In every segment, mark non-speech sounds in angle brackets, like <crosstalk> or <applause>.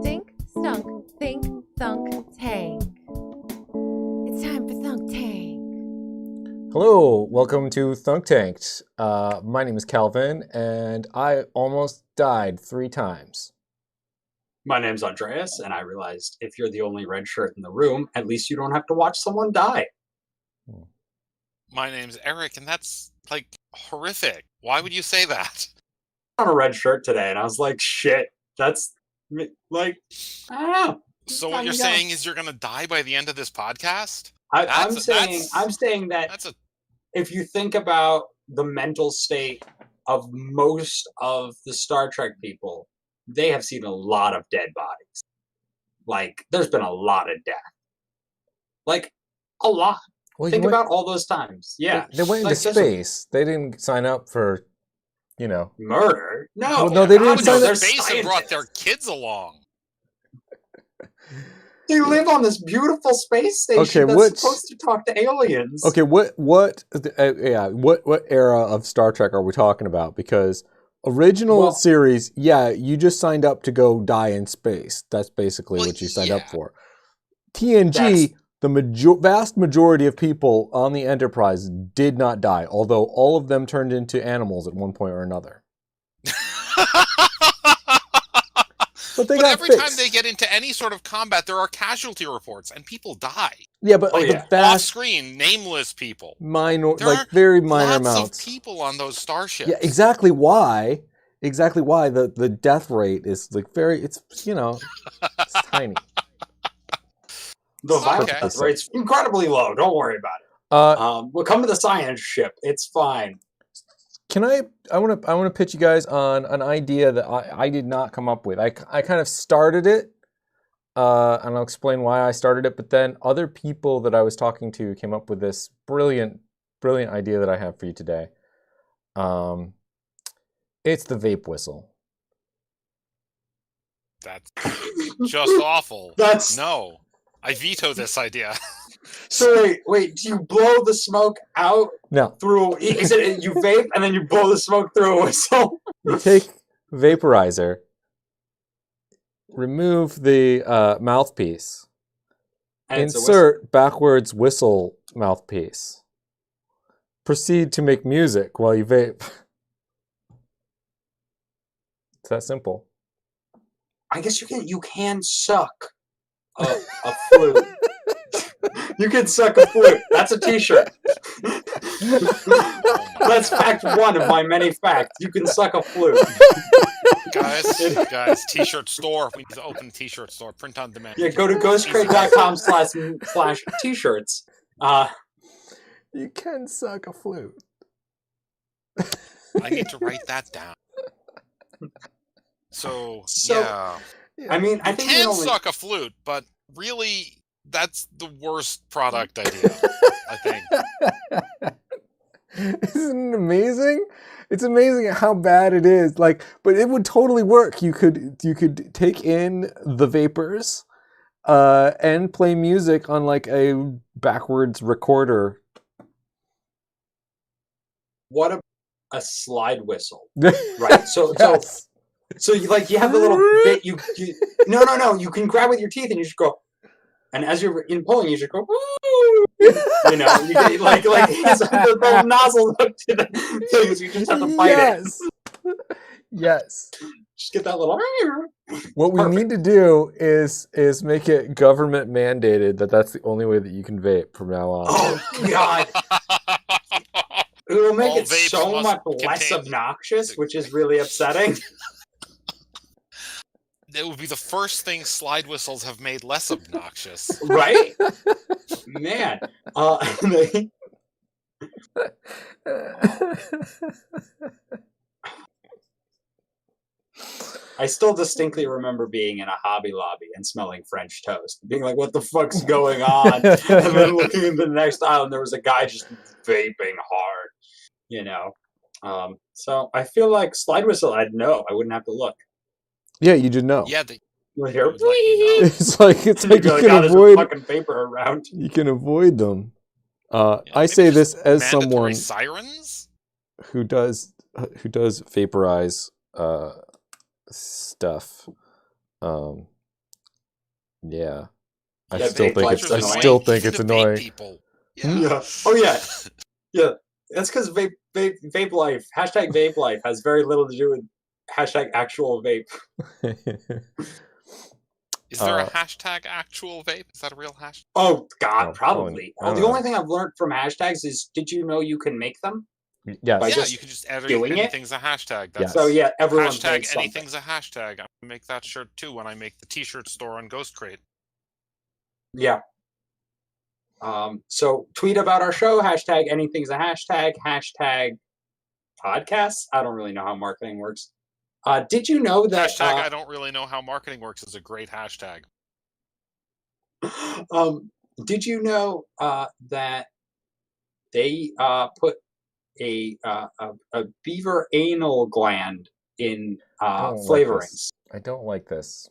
Stink, stunk, think, thunk, tank. It's time for thunk tank. Hello, welcome to Thunk Tanked. Uh, my name is Calvin, and I almost died three times. My name's Andreas, and I realized if you're the only red shirt in the room, at least you don't have to watch someone die. My name's Eric, and that's like horrific. Why would you say that? I'm a red shirt today, and I was like, shit, that's m- like, I don't know. So what I'm you're young. saying is you're gonna die by the end of this podcast? I, I'm That's- saying, that's- I'm saying that That's a if you think about the mental state of most of the Star Trek people, they have seen a lot of dead bodies. Like, there's been a lot of death. Like, a lot. Well, Think you went- about all those times. Yeah. they went into like, that's a- space. They didn't sign up for, you know. Murder? No. Well, no, they I didn't would know sign their up. They're space and brought their scientists. kids along. They live on this beautiful space station Okay, that's what's- supposed to talk to aliens. Okay, what what uh, yeah what what era of Star Trek are we talking about? Because original Well- series, yeah, you just signed up to go die in space. That's basically Well, what you signed up yeah. for. TNG, That's- the major- vast majority of people on the Enterprise did not die, although all of them turned into animals at one point or <laughs> another. But they but got every time fixed. they get into any sort of combat, there are casualty reports, and people die yeah, but Oh, like yeah. the off vast screen, nameless people. minor, There are like very minor Lots amounts. of people on those starships. Yeah, exactly why exactly why the, the death rate is like very it's you know it's tiny. The violence Okay. rate's incredibly low. Don't worry about it. Uh, Um, we'll come to the science ship. It's fine. can I I want to I want to pitch you guys on an idea that I, I did not come up with. I, k- I kind of started it uh, and I'll explain why I started it, but then other people that I was talking to came up with this brilliant brilliant idea that I have for you today. Um, it's the vape whistle. That's just awful. <laughs> That's No, <laughs> I veto this idea. so. Wait, wait. Do you blow the smoke out Now, through? Is it you vape and then you blow the smoke through a whistle? <laughs> you take vaporizer, remove the uh, mouthpiece, And it's a whistle. insert backwards whistle mouthpiece. Proceed to make music while you vape. It's that simple. I guess you can. You can suck a, a <laughs> flute. you can suck a flute. That's a T-shirt. Oh my That's God. fact one of my many facts. You <laughs> can suck a flute. guys, guys, t-shirt store. We need to open a t-shirt store. Print on demand. Yeah, go to ghostcrate.com slash slash t-shirts. Uh, You can suck a flute. I need to <laughs> write that down. So, So, yeah, I mean, I you think we can only, suck a flute, but really, that's the worst <laughs> product idea. I think Isn't it amazing? It's amazing at how bad it is. Like, but it would totally work. You could you could take in the vapors, uh, and play music on like a backwards recorder. what a, a slide whistle, right. <laughs> right? So, so, <laughs> so you like you have the little bit you, you no no no you can grab with your teeth and you just go, and as you're in pulling you just go, "Woo!" you know, you get, like like <laughs> it's, the little nozzles up to the things you just have to bite it. yes. Yes. Just get that little. What we Perfect. need to do is is make it government mandated that that's the only way that you can vape from now on. Oh <laughs> God! It will make All it vapes so must much less contain- obnoxious, which is really upsetting. that would be the first thing slide whistles have made less obnoxious. <laughs> right? Man, uh, <laughs> they- I still distinctly remember being in a Hobby Lobby and smelling French toast, being like, "What the fuck's going <laughs> on?" <laughs> and then looking in the next aisle, and there was a guy just vaping hard, you know. Um, so I feel like slide whistle. I'd know. I wouldn't have to look. yeah, you did know. Yeah, the, You hear, It would let you <laughs> know. It's like it's You'd like be you like, "Ah, can there's a avoid fucking vapor around. you can avoid them. Uh, Yeah, I maybe say this just as mandatory someone sirens. who does who does vaporize uh, stuff. Um, Yeah. I Yeah, still vape think lighters it's are I annoying. still You think need it's to vape annoying. <laughs> People. Hmm? <laughs> Yeah. Oh, yeah. That's because vape, vape, vape life, hashtag vape life has very little to do with hashtag actual vape. <laughs> Is there Uh, a hashtag actual vape? Is that a real hashtag? Oh, Oh, God, probably- probably. I Oh, the don't only thing I've learned from hashtags is did you know you can make them? yes. By yeah, just you can just edit doing it? anything's a hashtag. That's So, Yes. yeah, everyone made hashtag something. anything's a hashtag. I'm gonna make that shirt too when I make the t-shirt store on Ghost Crate. Yeah. Um, so tweet about our show, hashtag anything's a hashtag, hashtag podcasts. I don't really know how marketing works. Uh, did you know that hashtag uh, I don't really know how marketing works is a great hashtag. um, did you know uh, that they uh, put a, uh, a a beaver anal gland in uh, don't like flavorings, this. I don't like this.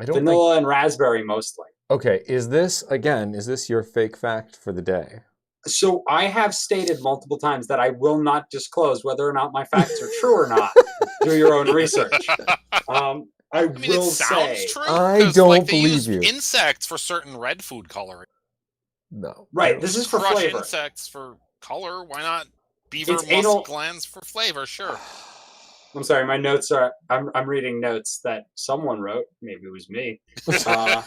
I don't like vanilla and raspberry mostly. Okay, is this again, is this your fake fact for the day? So I have stated multiple times that I will not disclose whether or not my facts are true or not. Do your own research. <laughs> Um, I, I mean, it will sounds say, true. I 'cause, don't they use believe you. Insects for certain red food coloring. No. right? This is for Crush flavor. insects for color. Why not beaver It's musk anal- glands for <sighs> flavor? Sure. I'm sorry, my notes are. I'm I'm reading notes that someone wrote. Maybe it was me. <laughs> Uh,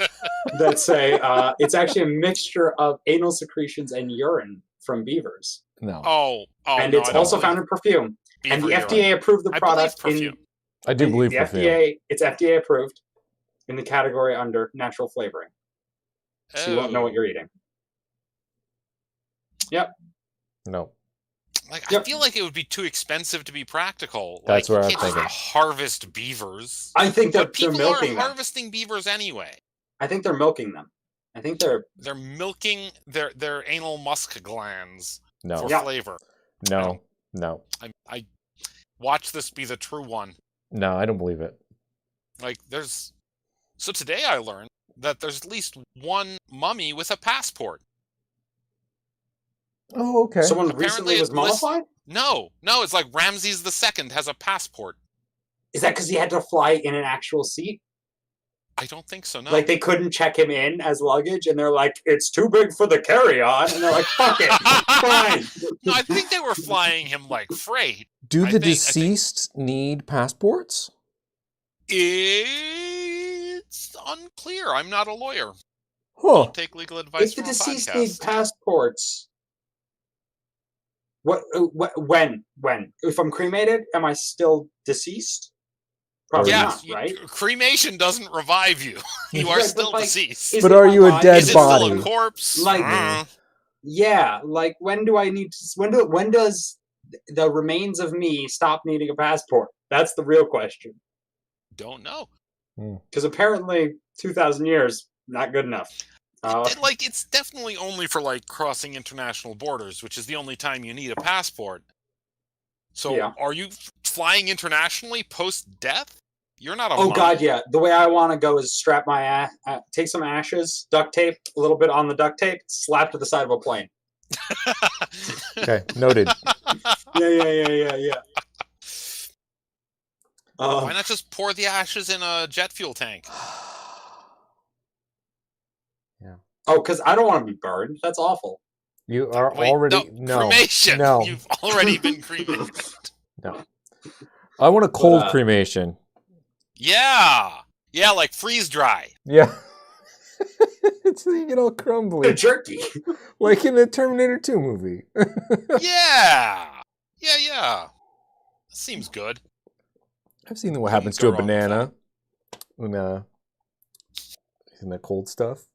that say uh, it's actually a mixture of anal secretions and urine from beavers, <laughs> No. oh, oh, and no, it's I don't also believe found in perfume. and beaver the FDA urine. approved the I believe product. in, perfume. I do in believe the perfume. FDA. It's FDA approved in the category under natural flavoring, so you won't know Oh. what you're eating. No. Oh. Like I Yep. feel like it would be too expensive to be practical. That's like, what I'm you can't just thinking. Harvest beavers. I think they're, But they're people are milking them. harvesting beavers anyway. I think they're milking them. I think they're They're milking their their anal musk glands No. for Yeah. flavor. No. No. I, I watch this be the true one. No, I don't believe it. Like there's so today I learned that there's at least one mummy with a passport. Oh, okay. someone Apparently recently it was lists- mummified. No, no, it's like Ramses II has a passport. Is that because he had to fly in an actual seat? I don't think so. No, Like they couldn't check him in as luggage, and they're like, "It's too big for the carry-on," and they're like, "Fuck <laughs> it, fine." no, I think they were flying him like freight. do the I think- I think- deceased need passports? It's unclear. I'm not a lawyer. Huh. Don't take legal advice if the from a deceased podcast. need passports, what, uh, wh- When? When? If I'm cremated, am I still deceased? Probably Yeah, yes, not, you- right? cremation doesn't revive you. <laughs> you <laughs> Right, are but, still like, deceased. is But it are my you a body? dead Is it body? still a corpse? Like- Mm. Yeah, like when do I need to? s- When do? When does th- the remains of me stop needing a passport? That's the real question. don't know. Because apparently, two thousand years not good enough. Uh, It- like it's definitely only for like crossing international borders, which is the only time you need a passport. So Yeah. are you f- flying internationally post death? You're not a Oh mummy. god, yeah. The way I want to go is strap my ass, uh, take some ashes, duct tape, a little bit on the duct tape, slap to the side of a <laughs> plane. Okay, noted. Yeah, yeah, yeah, yeah, yeah. Um, Uh, Why not just pour the ashes in a jet fuel tank? oh, because I don't want to be burned. That's awful. You are Wait, already no. no, cremation. No. <laughs> You've <laughs> already been cremated. I want a cold uh, cremation. Yeah. Yeah, like <laughs> freeze dry. Yeah. it's you get all crumbly. They're jerky. <laughs> like in the Terminator 2 movie. Yeah. Yeah, yeah. Seems good. I've seen what Couldn't happens to go a wrong with that. banana in uh in the cold stuff.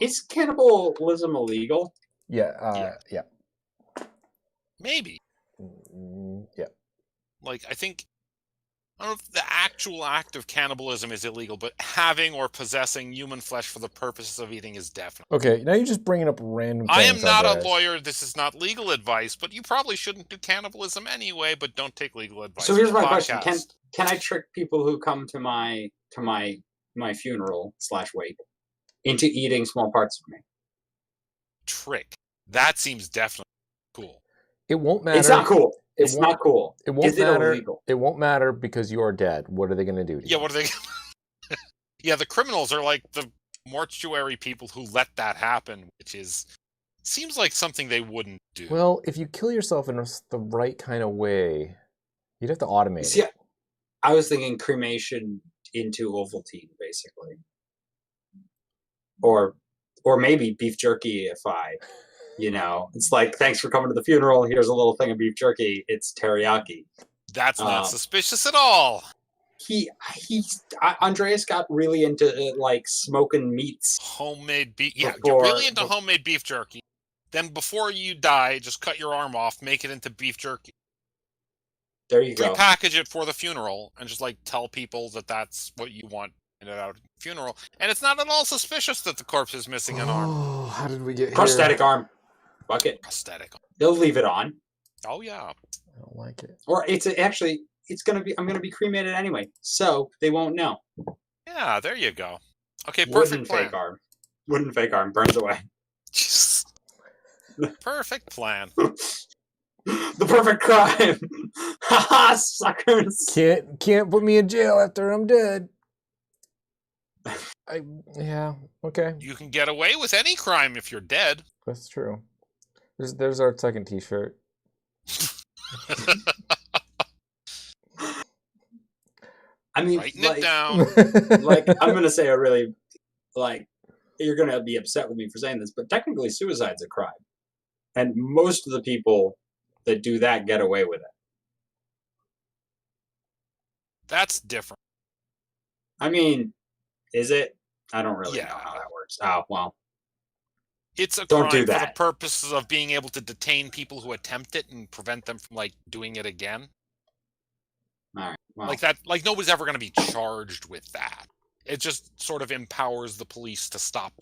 Is cannibalism illegal? Yeah, uh, yeah. Maybe. Mm, Yeah. Like I think I don't know if the actual act of cannibalism is illegal, but having or possessing human flesh for the purposes of eating is definitely. Okay, now you're just bringing up random I am things not a guess. lawyer. This is not legal advice, but you probably shouldn't do cannibalism anyway. But don't take legal advice. So here's on the my question: Can podcast. can I trick people who come to my to my my funeral slash wake into eating small parts of me? trick that seems definitely cool. It won't matter. It's not cool. It It's won't- not cool. It won't Is it matter. illegal? It won't matter because you are dead. What are they going to do to Yeah, you? what are they? <laughs> yeah, the criminals are like the mortuary people who let that happen, which is seems like something they wouldn't do. Well, if you kill yourself in the right kind of way, you'd have to automate See, it. I was thinking cremation into Ovaltine, basically, or or maybe beef jerky. If I, you know, it's like thanks for coming to the funeral. Here's a little thing of beef jerky. It's teriyaki. That's not uh, Um, suspicious at all. He he. I, Andreas got really into uh, like smoking meats. Homemade beef. Yeah, Before- you're really into bef- homemade beef jerky. Then before you die, just cut your arm off, make it into beef jerky, There you go. prepackage it for the funeral, and just like tell people that that's what you want in and out of the funeral. And it's not at all suspicious that the corpse is missing <gasps> an arm. Oh, how did we get here? Prosthetic arm. Fuck it. Prosthetic. They'll leave it on. Oh yeah. I don't like it. Or it's actually it's gonna be. I'm gonna be cremated anyway, so they won't know. Yeah, there you go. Okay, Wooden perfect plan. <laughs> fake arm. Wooden fake arm burns away. <laughs> Jeez. perfect plan. the perfect crime. <laughs> Ha ha, suckers. Can't can't put me in jail after I'm <laughs> dead. I yeah okay You can get away with any crime if <laughs> you're dead. that's true. There's there's our second T-shirt. I mean, Writing it <laughs> like, <laughs> down. like I'm <laughs> gonna say a really like you're gonna be upset with me for saying this, but technically suicide's a crime, and most of the people that do that get away with it. That's different. I mean, is it? I don't really know Yeah. how that works. Oh well, It's a Don't crime do for the that. purposes of being able to detain people who attempt it and prevent them from like doing it again. all right. Well, Like that like nobody's ever gonna be charged with that. It just sort of empowers the police to stop.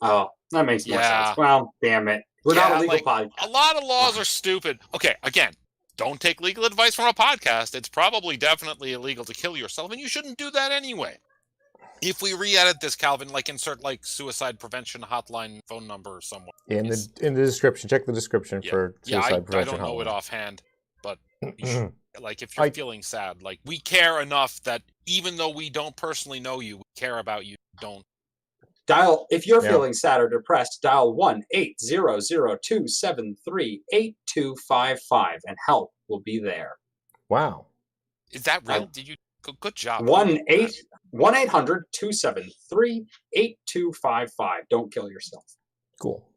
oh, that makes more Yeah. sense. Well, damn it, we're Yeah, not a legal like, podcast. A lot of laws are stupid. Okay, again, don't take legal advice from a podcast. It's probably definitely illegal to kill yourself, and you shouldn't do that anyway. If we re-edit this, Calvin, like insert like suicide prevention hotline phone number somewhere. in Yes. the in the description, check the description for yeah, suicide I, I prevention. don't know it hotline. offhand. <clears throat> You should- like if you're I- feeling sad like we care enough that even though we don't personally know you we care about you don't Dial if you're Yeah. feeling sad or depressed. Dial one eight zero zero two seven three eight two five five, and help will be there. wow. is that I- real did you good, good job One eight one eight hundred two seven three eight two five five. Don't kill yourself. Cool.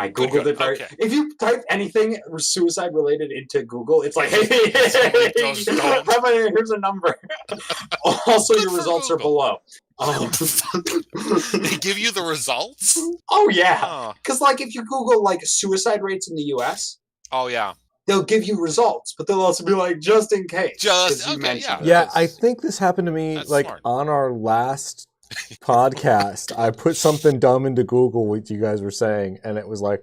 I Good, googled good, it. Very, okay. If you type anything suicide related into Google, it's like, hey, <laughs> Somebody does don't. how about here- here's a number. <laughs> also, Good your for results Google. are below. <laughs> <laughs> <laughs> they Um, give you the results oh yeah, Huh. because like if you Google like suicide rates in the U.S., oh yeah they'll give you results, but they'll also be like, just in case. Just- 'cause you okay, mentioned yeah. it. Yeah, I think this happened to me That's like smart. on our <laughs> last podcast. I put something dumb into Google what you guys were saying, and it was like,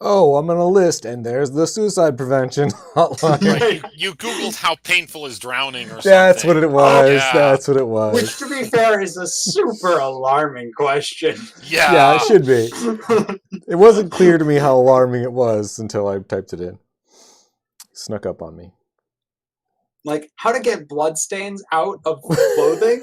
"Oh, I'm on a list, and there's the suicide prevention <laughs> hotline." <laughs> like, you, you googled how painful is drowning or That's what something it was. yeah. That's what it was. Which, to be fair, is a super alarming question. <laughs> yeah, Yeah, it should be. All It wasn't clear to me how alarming it was until I typed it in. Snuck up on me. like, how to get bloodstains out of clothing?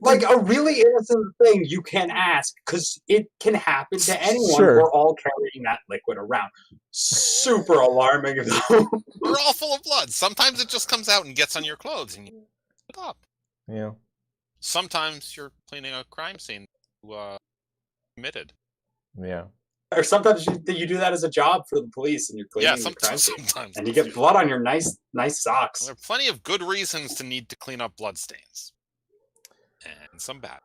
like, a really innocent thing you can ask because it can happen to anyone. Sure. We're all carrying that liquid around. Super alarming, <laughs> though. we're all full of blood sometimes it just comes out and gets on your clothes and you pick it up <laughs> yeah. sometimes you're cleaning a crime scene you uh committed Yeah. <sighs> or sometimes you, you do that as a job for the police and you're cleaning yeah the <laughs> crime sometimes scene, sometimes and you get blood on your nice, nice socks. There are plenty of good reasons to need to clean up bloodstains, and some bad.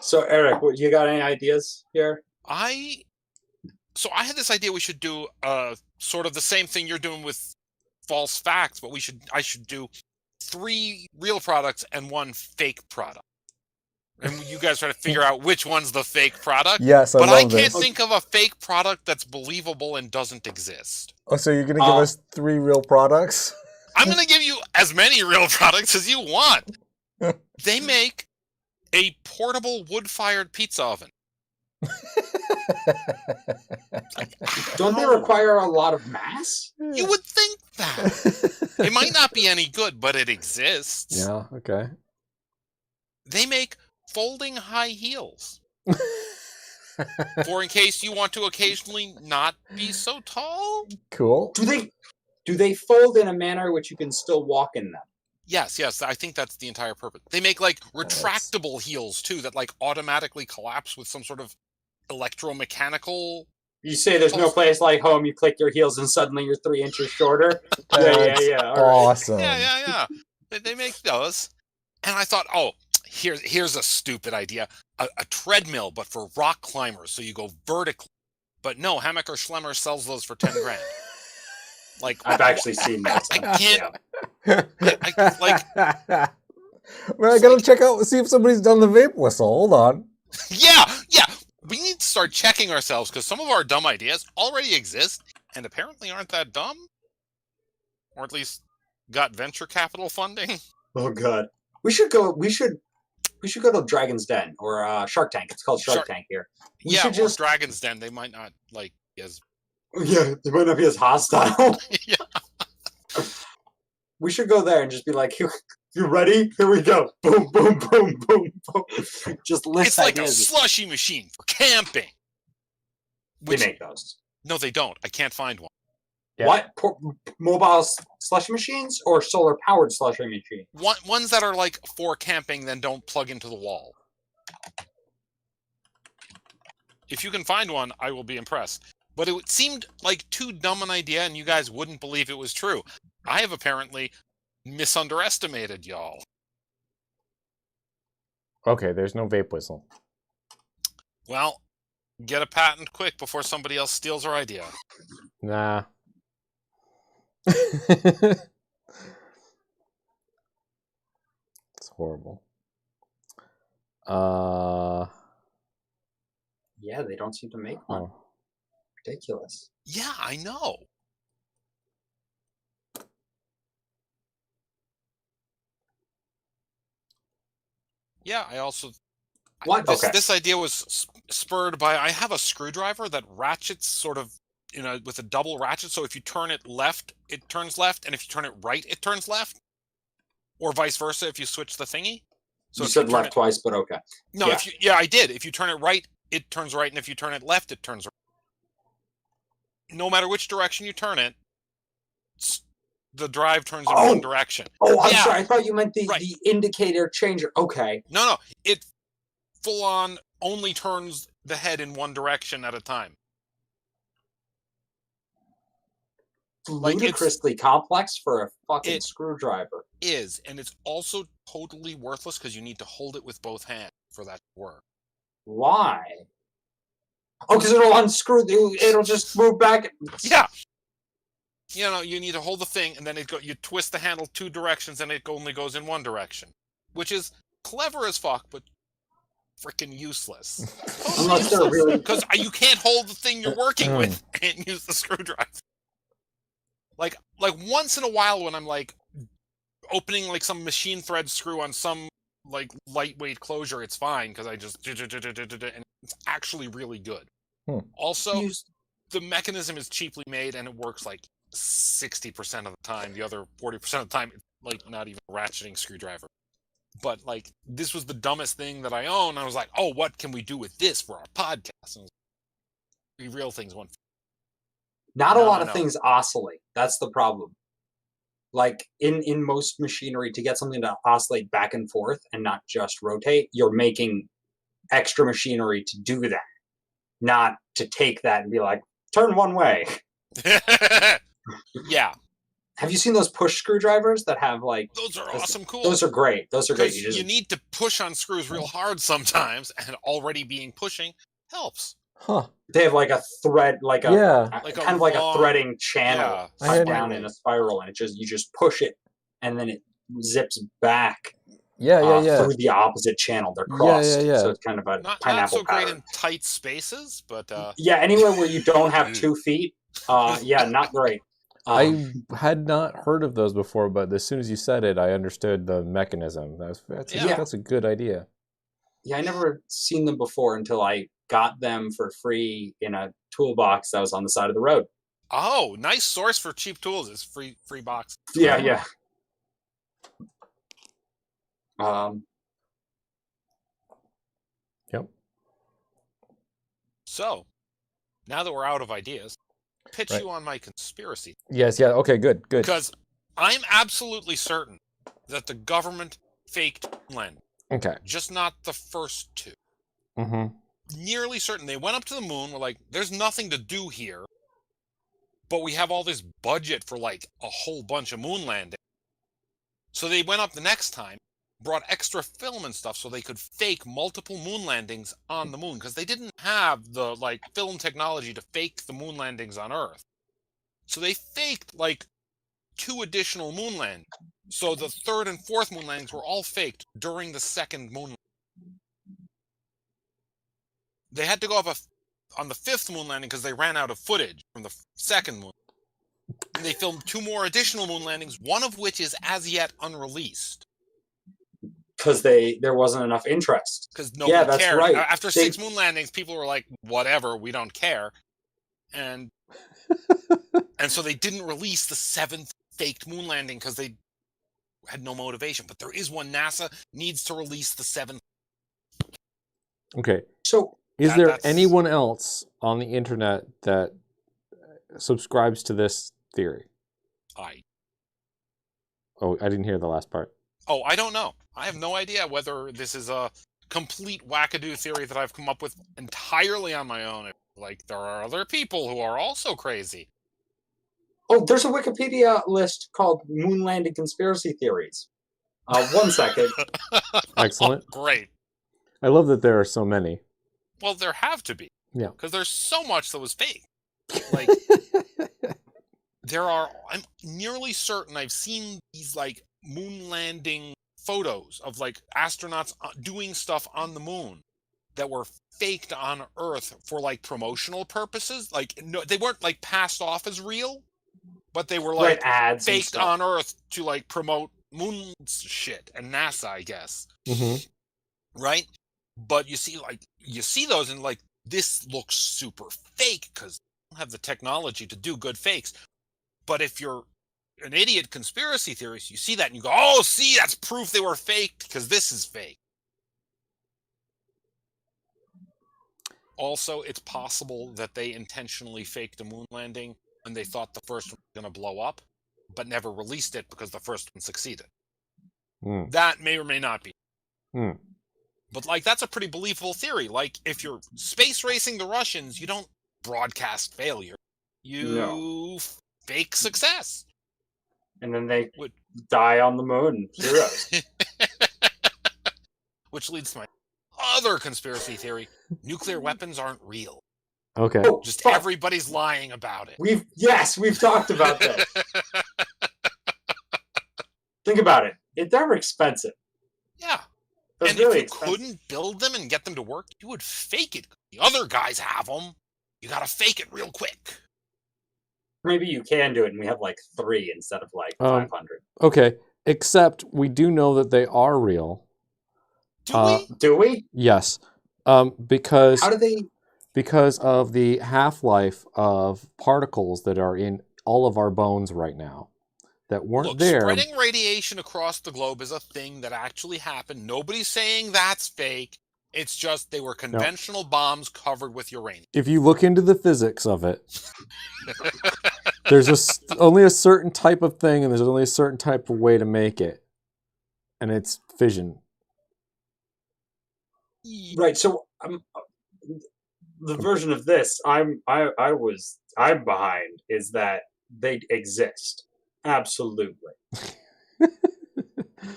So, Eric, what- you got any ideas here? I, so I had this idea we should do uh sort of the same thing you're doing with false facts, but we should I should do three real products and one fake product, and you guys try to figure out which one's the fake product. Yes, I but love I can't this. think of a fake product that's believable and doesn't exist. Oh, so you're gonna give Uh, us three real products? <laughs> <laughs> I'm going to give you as many real <laughs> products as you want. They make a portable wood fired pizza oven. Don't they require a lot of mass? You would think that. It might not be any good, but it exists. Yeah. Okay. They make folding high heels for in case you want to occasionally not be so tall. cool. Do they do they fold in a manner which you can still walk in them? Yes, yes, I think that's the entire purpose. They make like retractable heels too that like automatically collapse with some sort of electromechanical You say there's no place like home. You click your heels, and suddenly you're three inches shorter. yeah, yeah, That's yeah. all right. Awesome. Yeah, yeah, yeah. They, they make those. And I thought, oh, here's here's a stupid idea. A, a treadmill, but for rock climbers, so you go vertically. But no, Hammacher Schlemmer sells those for ten <laughs> grand. Like I've actually seen I, that. I somewhere, can't yeah. <laughs> I- well, I it's gotta like- check out see if somebody's done the vape whistle. Hold on. <laughs> Yeah, yeah. We need to start checking ourselves because some of our dumb ideas already exist and apparently aren't that dumb. Or at least got venture capital funding. Oh god, we should go. We should. We should go to Dragon's Den or uh, Shark Tank. It's called Shark Shark- Tank here. We yeah, should or just- Dragon's Den. They might not like be as Yeah, they might not be as <laughs> hostile. Yeah. We should go there and just be like, "You you ready? Here we go! Boom, boom, boom, boom, boom!" Just list it's like a ideas. slushy machine for camping. they Which make those. no, they don't. I can't find one. Yeah. What Por- mobile s- slushing machines or solar powered slushing machines? one. Ones that are like for camping, then don't plug into the wall. If you can find one, I will be impressed. But it would- seemed like too dumb an idea, and you guys wouldn't believe it was true. I have apparently misunderestimated y'all. Okay, there's no vape whistle. Well, get a patent quick before somebody else steals our idea. Nah. <laughs> it's horrible. Uh Yeah, they don't seem to make one. oh. Ridiculous. Yeah, I know. Yeah, I also I- What? this Okay. this idea was s- spurred by I have a screwdriver that ratchets sort of you know with a double ratchet so if you turn it left it turns left and if you turn it right it turns left or vice versa if you switch the thingy. So you if said turn left it- twice, but okay. no, Yeah. if you yeah, I did. If you turn it right, it turns right, and if you turn it left, it turns right. No matter which direction you turn it, s- the drive turns in one Oh. direction. Oh, I'm Yeah. sorry. I thought you meant the, Right. the indicator changer. Okay. No, no, it full on only turns the head in one direction at a time. Like, it's- Ludicrously complex for a fucking It- screwdriver. Is and it's also totally worthless because you need to hold it with both hands for that to work. Why? Oh, because it'll unscrew. the- It'll just move back. Yeah. You know, you need to hold the thing, and then it go. You twist the handle two directions, and it go- only goes in one direction, which is clever as fuck, but freaking useless. Unless they're really. Because you can't hold the thing you're working with <laughs> and use the screwdriver. Like, like once in a while, when I'm like opening like some machine thread screw on some like lightweight closure, it's fine because I just and it's actually really good. Hmm. Also, use- the mechanism is cheaply made and it works like 60% of the time the other 40% of the time it's like not even a ratcheting screwdriver but like this was the dumbest thing that i own i was like oh what can we do with this for our podcast and I was like, three real things one Not a No, lot no, of no. things oscillate. That's the problem. Like in in most machinery, to get something to oscillate back and forth and not just rotate, you're making extra machinery to do that, not to take that and be like turn one way. <laughs> <laughs> yeah Have you seen those push screwdrivers that have like? those are Those- awesome cool Those are great. Those are great. because You just you need to push on screws real hard sometimes <laughs> and already being pushing helps Huh. they have like a thread, like a Yeah. a- Like a kind of like long- a threading channel yeah I had- down in a spiral, and it just you just push it, and then it zips back Yeah, uh, yeah, yeah. through the opposite channel. They're Yeah, yeah, crossed, yeah. so it's kind of a not, not pineapple Mm. so great pattern. in tight spaces but uh Yeah, anywhere where you don't have Mm. two feet, uh, yeah, not great. Um, <laughs> I had not heard of those before, but as soon as you said it, I understood the mechanism. That's that's, a, Yeah. that's a good idea. yeah, I never seen them before until I got them for free in a toolbox that was on the side of the road. oh nice source for cheap tools is free free box Yeah, yeah. Um, So, now that we're out of ideas, pitch Right. you on my conspiracy Yes. Yeah. Okay. Good. Good. because I'm absolutely certain that the government faked Len, Okay. just not the first two. Mm-hmm. Nearly certain they went up to the moon. Were like, "There's nothing to do here," but we have all this budget for like a whole bunch of moon landing. So they went up the next time, brought extra film and stuff so they could fake multiple moon landings on the moon because they didn't have the like film technology to fake the moon landings on Earth. So they faked like two additional moon landings. So the third and fourth moon landings were all faked during the second moon. landing. They had to go up a, on the fifth moon landing because they ran out of footage from the second moon. And they filmed two more additional moon landings, one of which is as yet unreleased because they there wasn't enough interest. because nobody Yeah, that's cared. right. A- After They- six moon landings, people were like, "Whatever, we don't care," <laughs> and and so they didn't release the seventh faked moon landing because they had no motivation. But there is one. NASA needs to release the seventh. Okay. So Is That- there that's- anyone else on the internet that uh, subscribes to this theory? I Oh, I didn't hear the last <laughs> part. oh, I don't know. I have no idea whether this is a complete wackadoo theory that I've come up with entirely on my own. Like there are other people who are also crazy. oh, there's a Wikipedia list called Moon Landing Conspiracy Theories. Uh, one <laughs> second. Oh. Excellent. Great. I love that there are so many. Well, there have to be. Yeah. Because there's so much that was fake. Like there are I'm nearly certain I've seen these like moon landing photos of like astronauts uh, doing stuff on the moon that were faked on earth for like promotional purposes like no they weren't like passed off as real but they were like Right, ads and faked stuff. on earth to like promote moon shit and NASA I guess Mm-hmm. Mhm. right? But you see, like, you see those, and like, this looks super fake because don't have the technology to do good fakes. But if you're an idiot conspiracy theorist, you see that and you go, "Oh, see, that's proof they were faked because this is fake." Also, it's possible that they intentionally faked a moon landing and they thought the first one was going to blow up, but never released it because the first one succeeded. Hmm. Mm. That may or may not be Hmm. but like that's a pretty believable theory. Like if you're space racing the Russians, you don't broadcast failure. You No. fake success. and then they Would- die on the moon. Heroes. Which leads to my other conspiracy theory. Nuclear weapons aren't real. <laughs> Okay. oh, <laughs> Just fuck. everybody's lying about it. We've yes, we've talked about this. <laughs> Think about it. It they're expensive. yeah. They're and really if you expensive. couldn't build them and get them to work, you would fake it. The other guys have them. You got to fake it real quick. Maybe you can do it, and we have like three instead of like Um, five hundred. Okay. Except we do know that they are real. Do Uh, we? Do we? Yes. Um, because How do they? because of the half-life of particles that are in all of our bones right now that weren't Look, there. spreading radiation across the globe is a thing that actually happened. Nobody's saying that's fake. It's just they were conventional bombs covered with uranium. If you look into the physics of <laughs> it, there's a s only a certain type of thing and there's only a certain type of way to make it. And it's fission. Right. So um, the version of this I'm I I was I'm behind is that they exist <laughs> absolutely,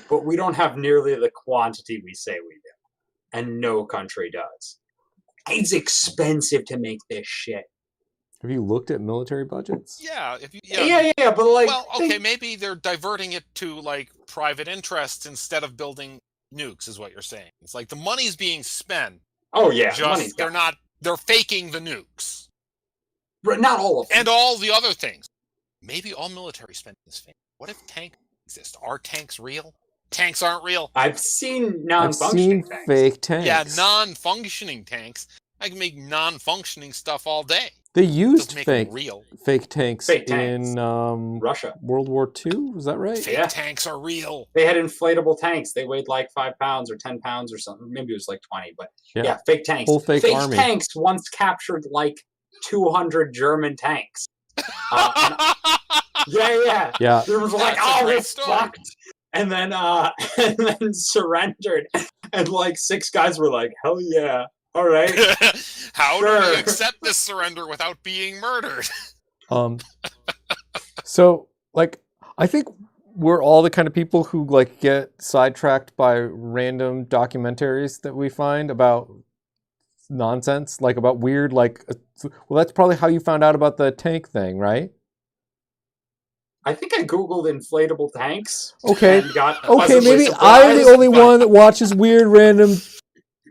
but we don't have nearly the quantity we say we do, and no country does. It's expensive to make this shit. Have you looked at military budgets? Yeah. If you, Yeah, yeah. yeah, yeah. but like, well, they- okay, maybe they're diverting it to like private interests instead of building nukes, is what you're saying. It's like the money's being spent. oh yeah, money's just they're got- not. They're faking the nukes but not all of them. and all the other things. Maybe all military spending is fake. What if tanks exist? Are tanks real? Tanks aren't real. I've seen I've seen non-functioning things. fake tanks. Yeah, non functioning tanks. I can make non functioning stuff all day. They Doesn't used make fake them real. fake tanks, Fake tanks. in um, Russia. World War II. Was that right? Fake Yeah. tanks are real. They had inflatable tanks. They weighed like five pounds or ten pounds or something. Maybe it was like twenty, but Yeah. yeah, fake tanks. Whole fake army. tanks once captured like two hundred German tanks. Uh, and- <laughs> <laughs> yeah, yeah. Yeah. There was like, That's a oh, great we're story." fucked. And then, uh, <laughs> and then surrendered. And like six guys were like, hell yeah, all right. How do Sure. we accept this surrender without being murdered? <laughs> Um, so like, I think we're all the kind of people who like get sidetracked by random documentaries that we find about nonsense, like about weird, like. uh, Well, that's probably how you found out about the tank thing, right? I think I googled inflatable tanks. Okay. and <laughs> got Okay, pleasantly maybe I'm the surprised, only but- one that watches weird random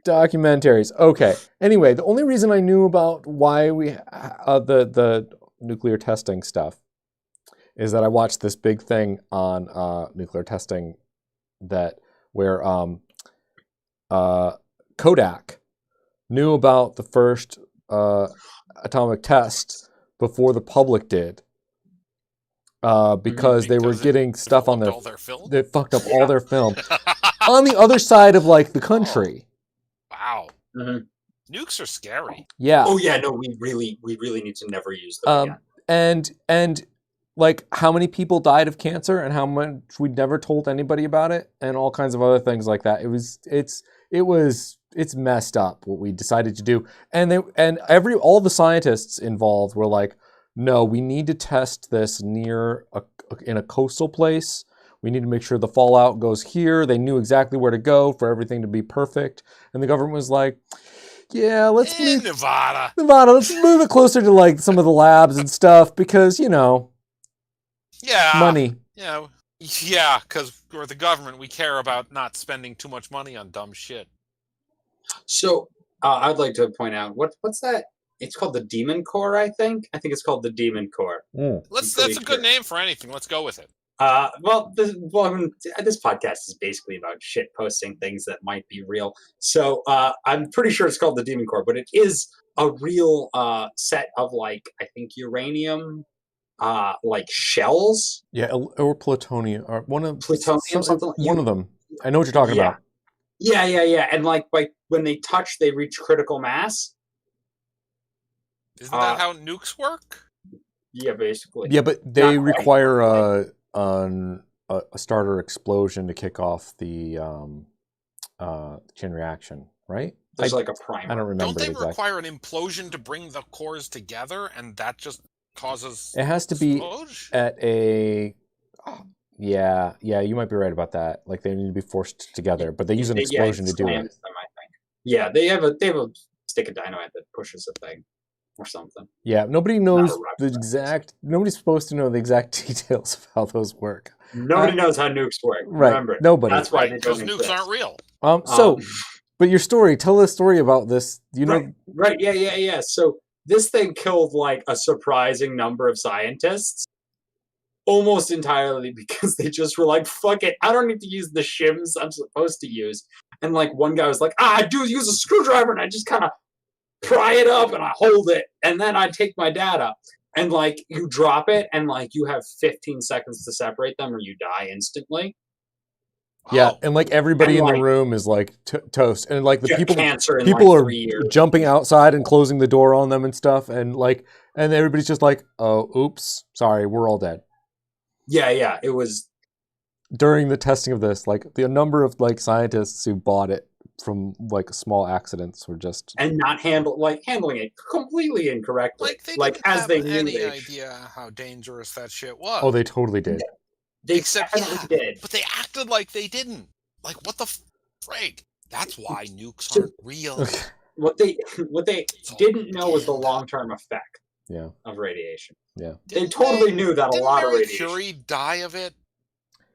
documentaries. Okay. Anyway, the only reason I knew about why we uh, the the nuclear testing stuff is that I watched this big thing on uh, nuclear testing that where um, uh, Kodak knew about the first uh, atomic test before the public did uh, because they were Because it getting stuff on Fucked their all their film. they fucked up Yeah. all their film on the other side of like the country. <laughs> wow, Mhm. nukes are scary. Yeah, Oh yeah, no, we really, we really need to never use them um, again. and and like how many people died of cancer and how much we never told anybody about it and all kinds of other things like that. It was it's it was it's messed up what we decided to do and they and every all the scientists involved were like no we need to test this near a, in a coastal place we need to make sure the fallout goes here they knew exactly where to go for everything to be perfect and the government was like yeah let's In move Eh, Nevada. Nevada, let's move it closer to like some of the labs and stuff because you know Yeah. money. Yeah. Yeah, because we're the government. We care about not spending too much money on dumb shit. So uh, I'd like to point out what what's that? It's called the Demon Core, I think. I think it's called the Demon Core. Let's. Pretty That's a good sure. name for anything. Let's go with it. Uh, well, this, well, I mean, t- this podcast is basically about shit posting things that might be real. So uh, I'm pretty sure it's called the Demon Core, but it is a real uh, set of like I think uranium, uh, like shells. Yeah, or or plutonium or one of Plutonium, some- something like- one of them. I know what you're talking Yeah. about. Yeah, yeah, yeah. And like by when they touch, they reach critical mass. Isn't Uh, that how nukes work? Yeah, basically. Yeah, but they Not quite. require a, an, a a starter explosion to kick off the um, uh, chain reaction, right? I, There's like a I don't primer. remember Don't they it exactly. require an implosion to bring the cores together, and that just causes it has to be splooge? at a. Yeah, yeah, you might be right about that. Like they need to be forced together, but they use an Yeah, explosion to do it. slams them, I think. Yeah, they have a they have a stick of dynamite that pushes a thing or something. Yeah, nobody knows rocket the scientist. exact. Nobody's supposed to know the exact <laughs> details of how those work. Nobody knows how nukes work. Uh, Right. Remember, it. nobody. that's why they Because don't nukes aren't real. um. So, um, but your story. Tell a story about this. You know. Right. Right. Yeah. Yeah. Yeah. So this thing killed like a surprising number of scientists, almost entirely <laughs> because they just were like, "Fuck it, I don't need to use the shims I'm supposed to use." And like one guy was like, "Ah, I do use a screwdriver, and I just kind of pry it up and I hold it, and then I take my data." And like you drop it, and like you have 15 seconds to separate them, or you die instantly. Yeah, Oh, and like everybody And, in the like- room is like to toast, and like the You have people cancer in people like are three years. jumping outside and closing the door on them and stuff, and like, and everybody's just like, "Oh, oops, sorry, we're all dead." Yeah, yeah. It was During the testing of this, like the number of like scientists who bought it from like small accidents were just and not handle like handling it completely incorrectly. Like, like they didn't as have they knew any they, idea how dangerous that shit was. oh, they totally did. they Except- definitely yeah. did. but they acted like they didn't. Like what the f- frig? That's why nukes So- aren't real. What they what they It's all didn't know was the propaganda. long term effect Yeah. of radiation. They Didn't totally knew that a didn't lot of Marie radiation. Curie die of it?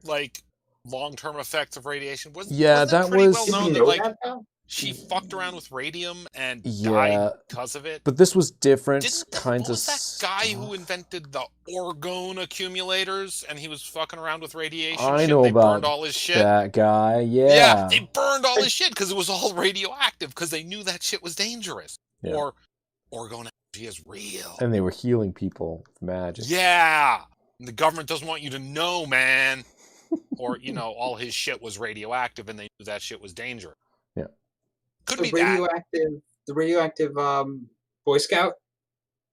Like long-term effects of radiation. Was Yeah, wasn't it that pretty was- well Did known you that, know like that though? she fucked around with radium and Yeah, died because of it. but this was different Didn't the, kinds what was of that guy stuff. who invented the orgone accumulators and he was fucking around with radiation? I shit, know they about burned all his shit. that guy Yeah, yeah, they burned <laughs> all his shit because it was all radioactive because they knew that shit was dangerous. Yeah. Or orgone She is real. And they were healing people with magic. Yeah. And the government doesn't want you to know, man. Or, you know, all his shit was radioactive and they knew that shit was dangerous. Yeah. Could the be that. radioactive, the radioactive um, Boy Scout,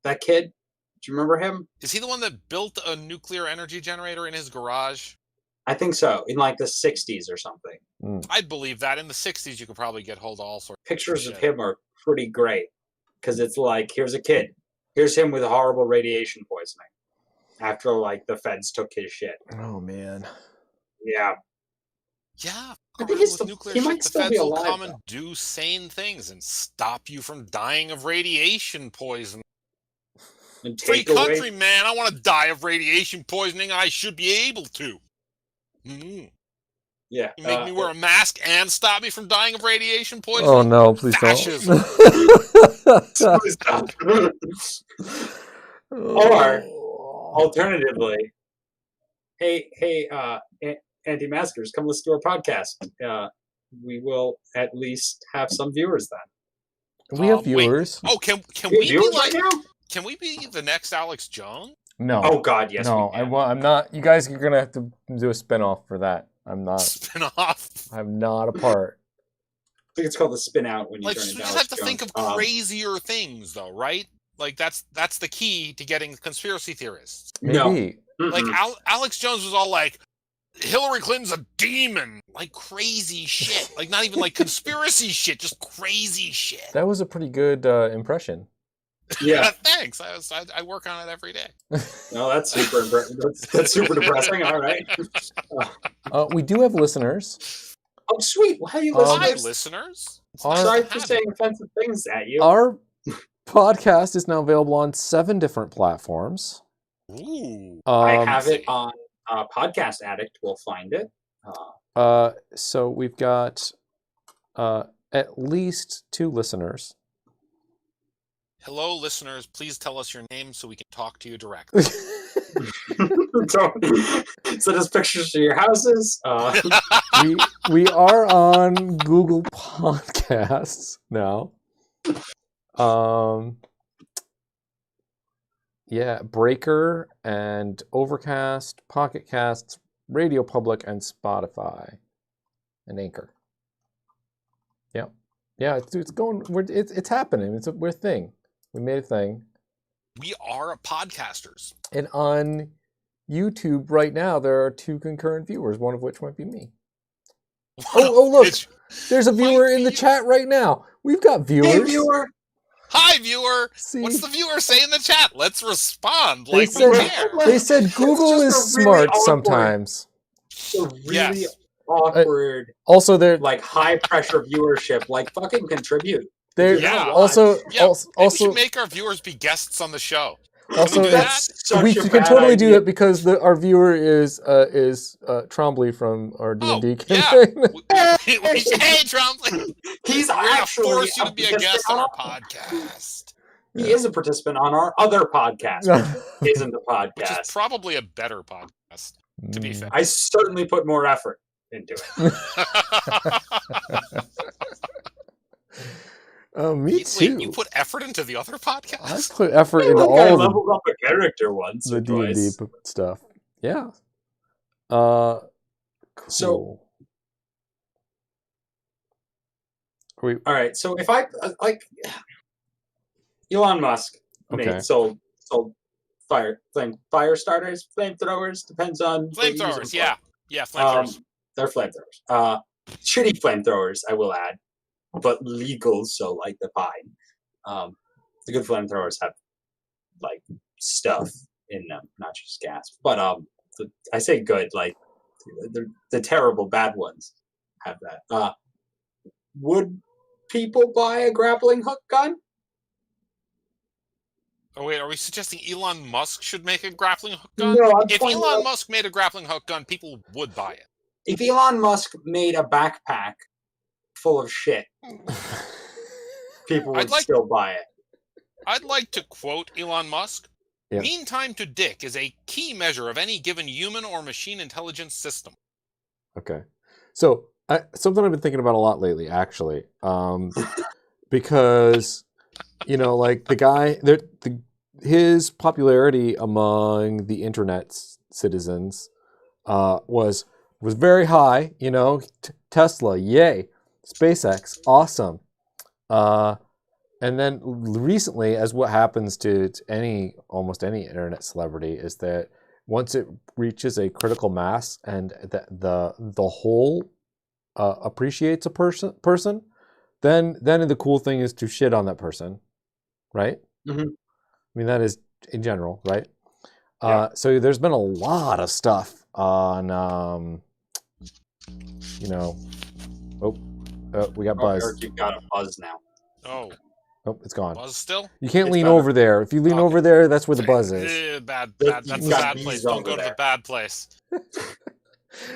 that kid. Do you remember him? Is he the one that built a nuclear energy generator in his garage? I think so. In like the '60s or something. I'd believe that. In the 60s, you could probably get hold of all sorts. Pictures of Shit. him are pretty great because it's like here's a kid, here's him with horrible radiation poisoning after like the feds took his shit. Oh man. Yeah, Yeah. I think around he's with still- nuclear he shit, might the still be feds will alive, come and do sane things and stop you from dying of radiation poisoning. and Free take away. country, man. I want to die of radiation poisoning. I should be able to. Mm. Yeah, You make uh, <laughs> me wear a mask and stop me from dying of radiation poisoning? Oh no, please <laughs> Fascism. don't. Or- <laughs> Oh, Alternatively, hey, hey, uh, a- anti-maskers, come listen to our podcast. Uh, we will at least have some viewers then. we have Um, wait. viewers. Oh, can can We have we be viewers like? right now? Can we be the next Alex Jones? No. Oh God, yes. no, we I can. want. I'm not. You guys are gonna have to do a spinoff for that. I'm not. Spin off. I'm not a part. I think it's called the spin out when you Like turn it we down. just have to think of Um, crazier things, though, right? Like that's that's the key to getting conspiracy theorists. No, Maybe. Like mm-mm. Al- Alex Jones was all like, "Hillary Clinton's a demon," like crazy shit. Like not <laughs> even like conspiracy shit, just crazy shit. That was a pretty good uh, impression. <laughs> yeah, Thanks. I, was, I I work on it every day. no, that's super. Impre- that's, that's super depressing. All right. Uh, we do have listeners. <laughs> Oh sweet, well, hey Um, Hi, listeners, listeners. It's Our- nice to sorry for have saying offensive things at you. Our podcast is now available on seven different platforms. you. Ooh. Um, I have see. it on uh, Podcast Addict. We'll <laughs> find it. <laughs> Uh, Uh, so we've got uh, at least two listeners. <laughs> Hello, listeners. Please tell us your name so we can talk to you directly. <laughs> we, so, so there's pictures of your houses. Uh, we are on Google Podcasts now. Um, yeah, Breaker and Overcast, Pocket Casts, Radio Public, and Spotify, and Anchor. Yeah, yeah, it's, it's going. We're, it's it's happening. It's a we're a thing. We made a thing. we are podcasters. And on YouTube right now, there are two concurrent viewers, one of which might be me. oh, look. It's- There's a Might viewer in the be. chat right now. We've got viewers. <laughs> hey, viewer. Hi, viewer. See, What's the viewer say in the chat? Let's respond They like we said- care. they <laughs> said Google is just a really smart awkward- sometimes. The really Yes. awkward, Also, they're like high pressure viewership. Like fucking contribute. they're Yeah. also Yeah, also Maybe we also, should make our viewers be guests on <laughs> the show. also we do that's- such we a can bad totally do idea. that because the, our viewer is uh, is uh, Trombley from our D and D Oh, yeah. campaign. We- we- we- hey, Trump. He's <laughs> We're gonna actually force you to be a guest on our participant podcast, on- He is a participant on our other podcast, which <laughs> isn't the which is podcast. probably a better podcast. To be Mm. fair. I certainly put more effort into it. Uh, <laughs> me You- too. wait, you put effort into the other I podcast? put effort <laughs> into I think I all the leveled up a character once the or D and D twice. stuff. Yeah. Uh, So- cool. Are we <laughs> All right, so if I uh, like Elon Musk, made Okay. sold sold fire flame fire starters, flamethrowers depends on what you use them Flamethrowers, for. yeah. Yeah, Um, flamethrowers. they're flamethrowers. Uh, shitty flamethrowers, I will add, but legal, so like the pine. Um, the good flamethrowers have like stuff in them, not just gas. But um, the, I say good, like the, the terrible bad ones have that. Uh, would people buy a grappling hook gun? oh, wait, are we suggesting Elon Musk should make a grappling hook gun? No, I'm if pointing Elon out- Musk made a grappling hook gun, people would buy it. if Elon Musk made a backpack full of shit, people I'd would like- still buy it. I'd like to quote Elon Musk. Yeah. Mean time to dick is a key measure of any given human or machine intelligence system. okay? So I, something I've been thinking about a lot lately, actually, um, because you know, like the guy, the, the his popularity among the internet citizens uh, was was very high. You know, T- Tesla, yay, SpaceX, awesome. Uh, and then recently, as what happens to, to any almost any internet celebrity is that once it reaches a critical mass and the the, the whole uh, appreciates a person person, then then the cool thing is to shit on that person, right? Mhm. I mean that is in general, right? Yeah. Uh, so there's been a lot of stuff on, um, you know, oh, uh, we got Oh, buzzed. Eric, you've got a buzz now. Oh, Oh, it's gone. buzz still? You can't It's lean better. over there. If you lean Okay. over there, that's where the buzz <laughs> is. Eh, bad, There- bad. That's you've a got bad bees place. Don't over go to there. the bad place.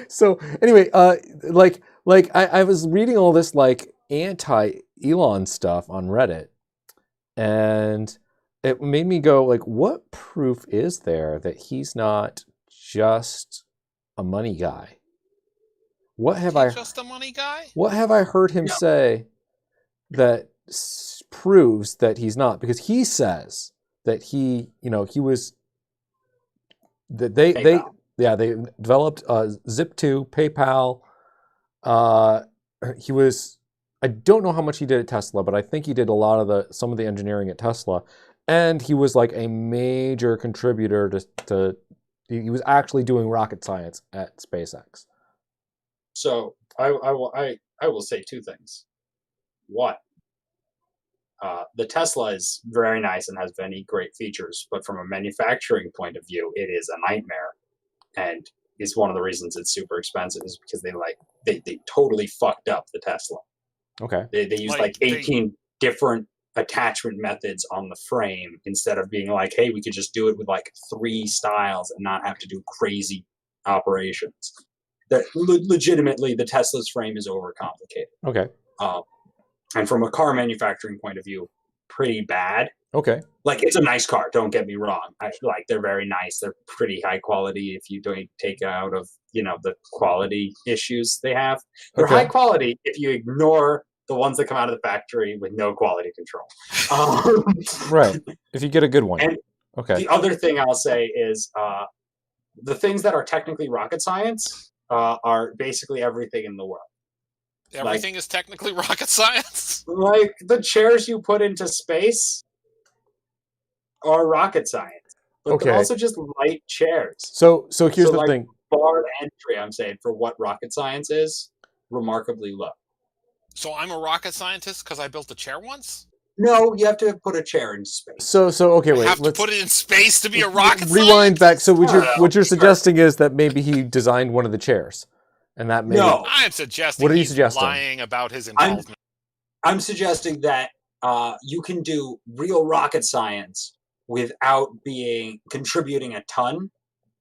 So anyway, uh, like, like I, I was reading all this like anti-Elon stuff on Reddit, and it made me go like, what proof is there that he's not just a money guy? What have Is he I just a money guy? What have I heard him No. say that s- proves that he's not? Because he says that he, you know, he was that they they PayPal. yeah they developed uh, Zip2 PayPal. Uh, he was I don't know how much he did at Tesla, but I think he did a lot of the some of the engineering at Tesla, and he was like a major contributor to to he he was actually doing rocket science at SpaceX. So I, I will I, I will say two things. One, uh, the Tesla is very nice and has many great features, but from a manufacturing point of view, it is a nightmare, and it's one of the reasons it's super expensive is because they like they, they totally fucked up the Tesla. Okay. They they used Like, like, they- eighteen different attachment methods on the frame instead of being like, hey, we could just do it with like three styles and not have to do crazy operations. That le- legitimately, the Tesla's frame is overcomplicated, Okay. um, and from a car manufacturing point of view, pretty bad. Okay. Like it's a nice car. Don't get me wrong. I, like they're very nice. They're pretty high quality. If you don't take out of you know the quality issues they have, they're Okay. high quality if you ignore the ones that come out of the factory with no quality control. Um, Right. If you get a good one. And- <laughs> okay. The other thing I'll say is uh, the things that are technically rocket science uh, are basically everything in the world. Everything is technically <laughs> rocket science. Like the chairs you put into space are rocket science, but Okay. they're also just light chairs. So so here's So, the like- thing. Barred entry, I'm saying, for what rocket science is, remarkably low. So I'm a rocket scientist because I built a chair once. No, you have to put a chair in space. So so okay I wait. have to let's put it in space to be a re- rocket rewind back. So what you're Oh, what you're sure. suggesting is that maybe he designed one of the chairs, and that maybe No, I am suggesting What are you he's suggesting? lying about his I'm- involvement. I'm suggesting that uh, you can do real rocket science without being contributing a ton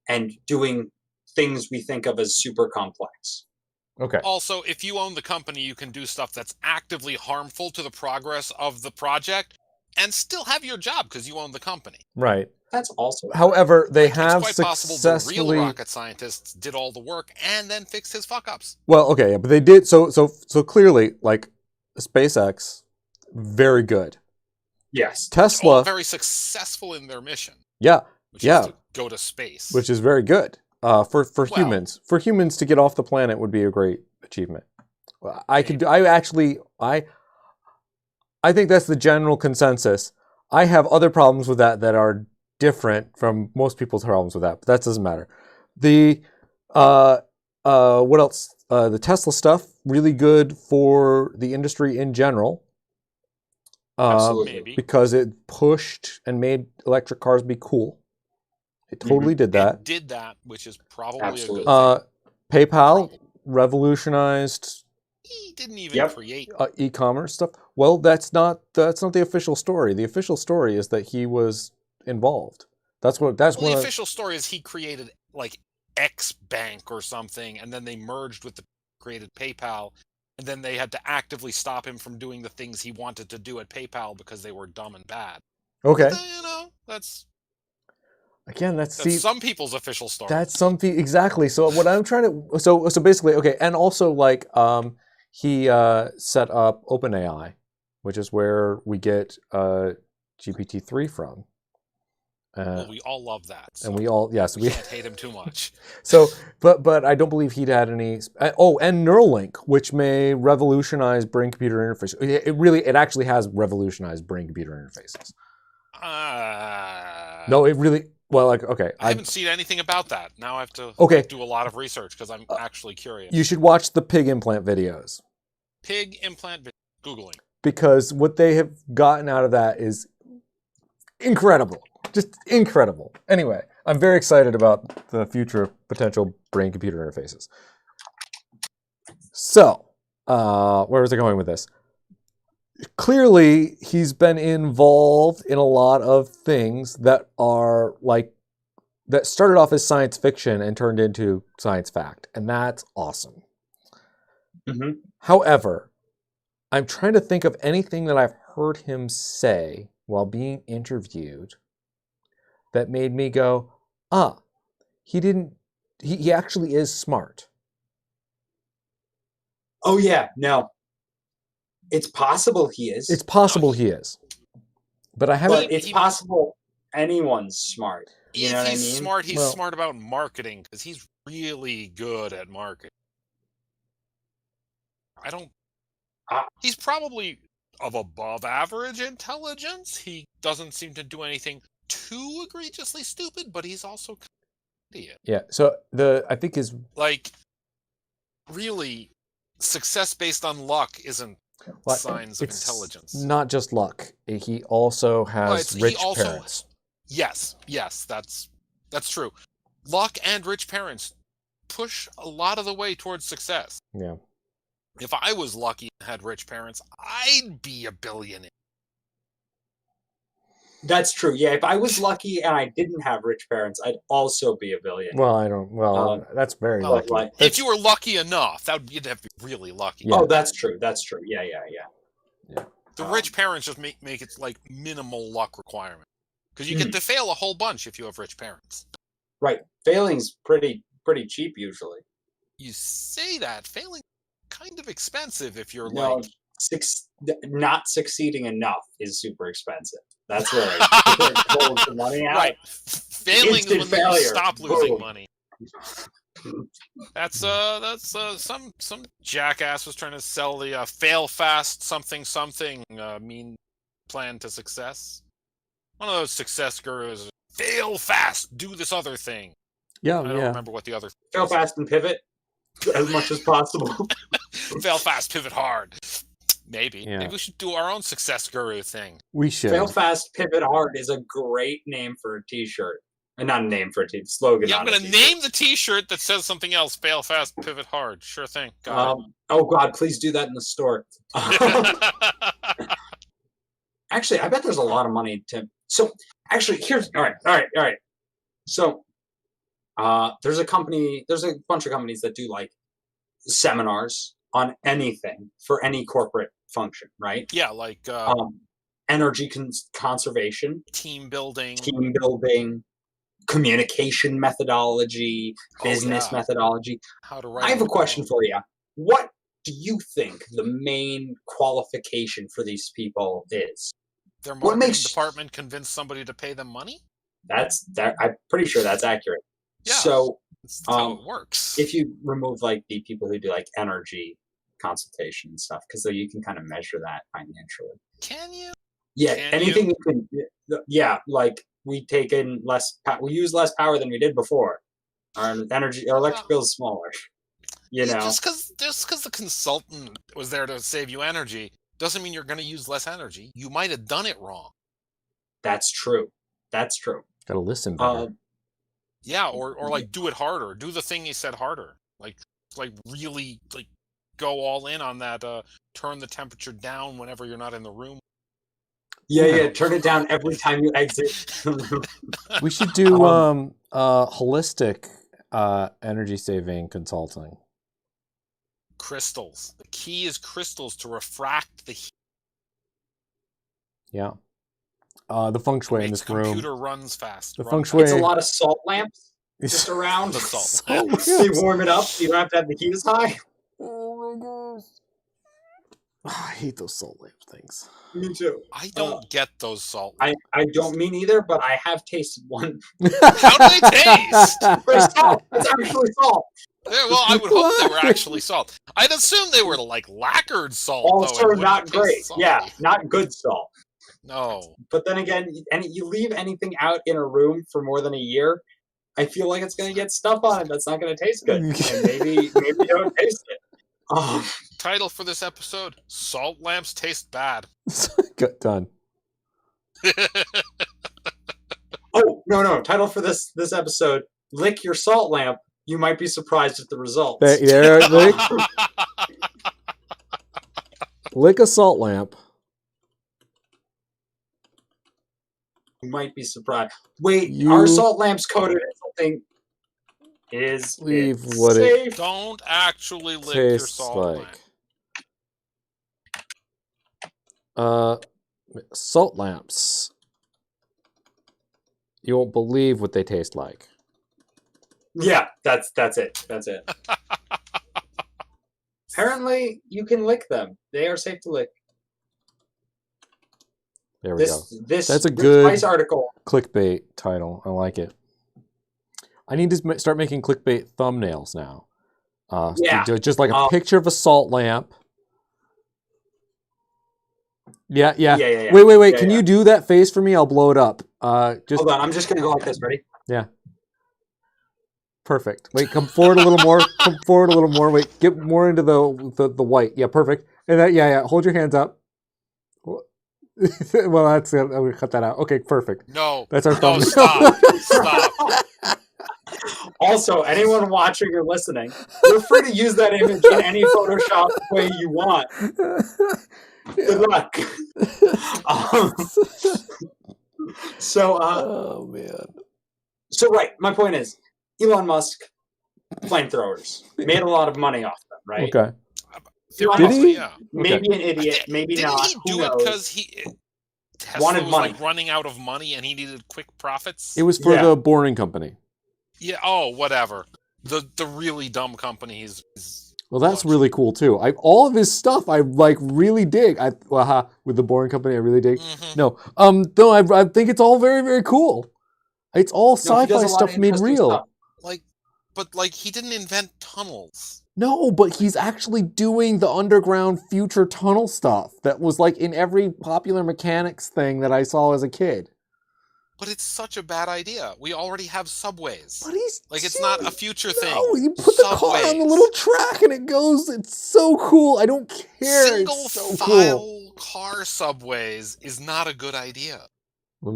and doing things we think of as super complex. Okay. Also, if you own the company, you can do stuff that's actively harmful to the progress of the project and still have your job because you own the company. Right. That's also However, they have it's quite possible the real successfully. rocket scientists did all the work and then fixed his fuck ups. Well, okay, yeah, but they did. So so so clearly, like SpaceX, very good. yes. All Tesla, very successful in their mission, yeah, which Yeah. is to go to space. which is very good uh, for for Well- humans. For humans to get off the planet would be a great achievement. Well, I could. I actually. I. I think that's the general consensus. I have other problems with that that are different from most people's problems with that, but that doesn't matter. The uh, uh, what else? Uh, the Tesla stuff really good for the industry in general. Uh, Absolutely. maybe Because it pushed and made electric cars be cool. It Mm-hmm. totally did that. It did that, which is probably Absolutely. a good Uh, PayPal Probably. revolutionized thing. He didn't even Yep. create. uh, e-commerce stuff. Well, that's not that's not the official story. The official story is that he was involved. That's what that's Well, the one. Of, official story is he created like X Bank or something, and then they merged with the created PayPal, and then they had to actively stop him from doing the things he wanted to do at PayPal because they were dumb and bad. okay, But, you know, that's, again, that's, that's see, some people's official story. That's something exactly. So what I'm trying to so so basically okay, and also like um he uh set up OpenAI which is where we get uh, GPT-3 from. Uh, Well, we all love that. So and we all yes <laughs> we we can't hate him too <laughs> much. so but but I don't believe he'd had any uh, oh and Neuralink which may revolutionize brain computer interface it, it really it actually has revolutionized brain computer interfaces Uh, no it really well like okay I I, haven't seen anything about that. Now I have to Okay. do a lot of research because I'm Uh, actually curious. you should watch the pig implant videos Pig implant vi- googling. because what they have gotten out of that is incredible just incredible anyway I'm very excited about the future of potential brain computer interfaces so uh, where was I going with this clearly he's been involved in a lot of things that are like that started off as science fiction and turned into science fact and that's awesome Mhm. however i'm trying to think of anything that i've heard him say while being interviewed that made me go ah he didn't he, he actually is smart Oh yeah, no. It's possible he is. it's possible he is but i haven't but it's He- possible anyone's smart. You If know what I he's mean? smart, he's Well- smart about marketing because he's really good at marketing. I don't. Ah. he's probably of above average intelligence. He doesn't seem to do anything too egregiously stupid, but he's also kind of an idiot. yeah so the i think his Like, really, success based on luck isn't Well, signs of it's intelligence. Not just luck. eh, He also has it's- he rich also- parents. Yes, yes, that's that's true. Luck and rich parents push a lot of the way towards success. Yeah. If I was lucky and had rich parents, I'd be a billionaire. That's true. Yeah, if I was lucky and I didn't have rich parents, I'd also be a billionaire. Well, I don't. Well, Um, that's very Uh, well, lucky. like- If you were lucky enough, that would you'd have to be really lucky. Yeah. Oh, that's true. That's true. Yeah, yeah, yeah. The rich parents just make make it like minimal luck requirement because you get to fail a whole bunch if you have rich parents. Failing's pretty pretty cheap usually. You say that failing is kind of expensive if you're No, like six not succeeding enough is super expensive. That's <laughs> where I where it pulls the money out. right. Failing is Instant when you failure. stop losing Boom. money. That's uh, that's uh, some some jackass was trying to sell the uh, fail fast something something uh, mean plan to success. One of those success gurus. Fail fast, do this other thing. yeah, I don't Oh, yeah. remember what the other <laughs> Fail fast and pivot as much as possible. fail fast, pivot hard. Maybe, Yeah. maybe we should do our own success guru thing. We should. Fail fast, pivot hard is a great name for a T-shirt. Uh, Not a name for a t- slogan. Yeah, on I'm a gonna t-shirt. name the T-shirt that says something else. Fail fast, pivot hard. Sure thing. Got it. Um, oh God, please do that in the <laughs> store. <laughs> actually, I bet there's a lot of money to. So actually, here's all right, all right, all right. So uh, there's a company. There's a bunch of companies that do like seminars on anything for any corporate function, right? yeah, like uh, Um, energy cons- conservation, team building. team building, communication methodology, Oh, business yeah. methodology. How to write. I have an a question email. for you. What do you think the main qualification for these people is? Their What marketing makes- department convinced somebody to pay them money. That's that. I'm pretty sure that's accurate. Yeah. So That's how Um, it works. if you remove like the people who do like energy consultation and stuff, because you can kind of measure that financially. Can you? Yeah, Can you? anything you can. y- Yeah, like we take in less. Po- we use less power than we did before. Our energy, our electric Well- bill is smaller. <laughs> You Yeah, know, just because just because the consultant was there to save you energy doesn't mean you're going to use less energy. You might have done it wrong. that's true. That's true. Gotta listen Uh, better. Um, Yeah, or or like do it harder. Do the thing you said harder. Like like really like go all in on that. Uh, turn the temperature down whenever you're not in the room. yeah, yeah. yeah. Turn it down every time you exit. <laughs> we should do um, um, uh, holistic uh, energy saving consulting. Crystals. The key is crystals to refract the heat. Yeah. Uh, the feng shui in this Makes computer room. runs fast. The run feng fast. shui. it's a <laughs> lot of salt lamps just around. The salt. <laughs> They warm it up. so You don't have to have the heat as high. Oh, I hate those salt lamp things. <laughs> Me too. I don't get those salt. Oh. I, I don't mean either, but I have tasted one. <laughs> How do they taste? <laughs> It's salt. It's actually salt. Yeah, Eh, well, I would hope <laughs> they were actually salt. I'd assume they were like lacquered salt. though, Oh, and Also, wouldn't not taste great. salty. Yeah, not good salt. No. But then again, and you leave anything out in a room for more than a year, I feel like it's gonna get stuff on it that's not gonna <laughs> taste good. and maybe maybe you don't taste it. Um, Title for this episode: Salt lamps taste bad. Good, done. oh no no! Title for this this episode: Lick your salt lamp. You might be surprised at the results. There, there, lick, Lick a salt lamp. you might be surprised. Wait, You- are salt lamps coated in something? Is Leave it what it- safe? <laughs> Don't actually lick your Tastes salt like. lamp. Uh, salt lamps. You won't believe what they taste like. Yeah, that's that's it. That's it. <laughs> Apparently, you can lick them. They are safe to lick. There we go. This this That's a this good- Vice article. clickbait title. I like it. I need to ma- start making clickbait thumbnails now. Uh, so Yeah. ju- Just like a Um, picture of a salt lamp. Yeah, yeah. Yeah, yeah, yeah. Wait, wait, wait. Yeah, Can yeah. you do that face for me? I'll blow it up. Uh, just Hold on, I'm just gonna go like this. <laughs> Ready? perfect. Wait, come forward a little <laughs> more. come forward a little more. Wait, get more into the the, the white. Yeah, perfect. And that, yeah, yeah. Hold your hands up. <laughs> Well, that's I'm gonna cut that out. Okay, perfect. <laughs> No. That's our No. Oh, thumbnail. Stop. Stop. Also, anyone watching or listening, you're free to use that image in any Photoshop way you want. <laughs> Good luck. um, so, uh, oh man. so right. My point is, Elon Musk, flamethrowers, made a lot of money off them, right? Okay. Theoretically, Did he? Yeah. Maybe an idiot, Did- maybe Didn't not. he Who do it knows? because he eh, Tesla Wanted was like money. running out of money and he needed quick profits? It was for Yeah. the boring company. yeah. Oh, whatever. The the really dumb company he's, he's Well, that's Watch. really cool too. I all of his stuff I like really dig. I aha, with the boring company I really dig. Mhm. No, um, no, I, I think it's all very very cool. It's all No, he sci-fi does a lot of stuff made interesting real. stuff. like, but like he didn't invent tunnels. No, but he's actually doing the underground future tunnel stuff that was like in every popular mechanics thing that I saw as a kid. But it's such a bad idea. We already have subways. But he's Like it's not a future thing. No, you put the car on the Subways. little track and it goes. It's so cool. I don't care. Single it's so file cool. car subways is not a good idea.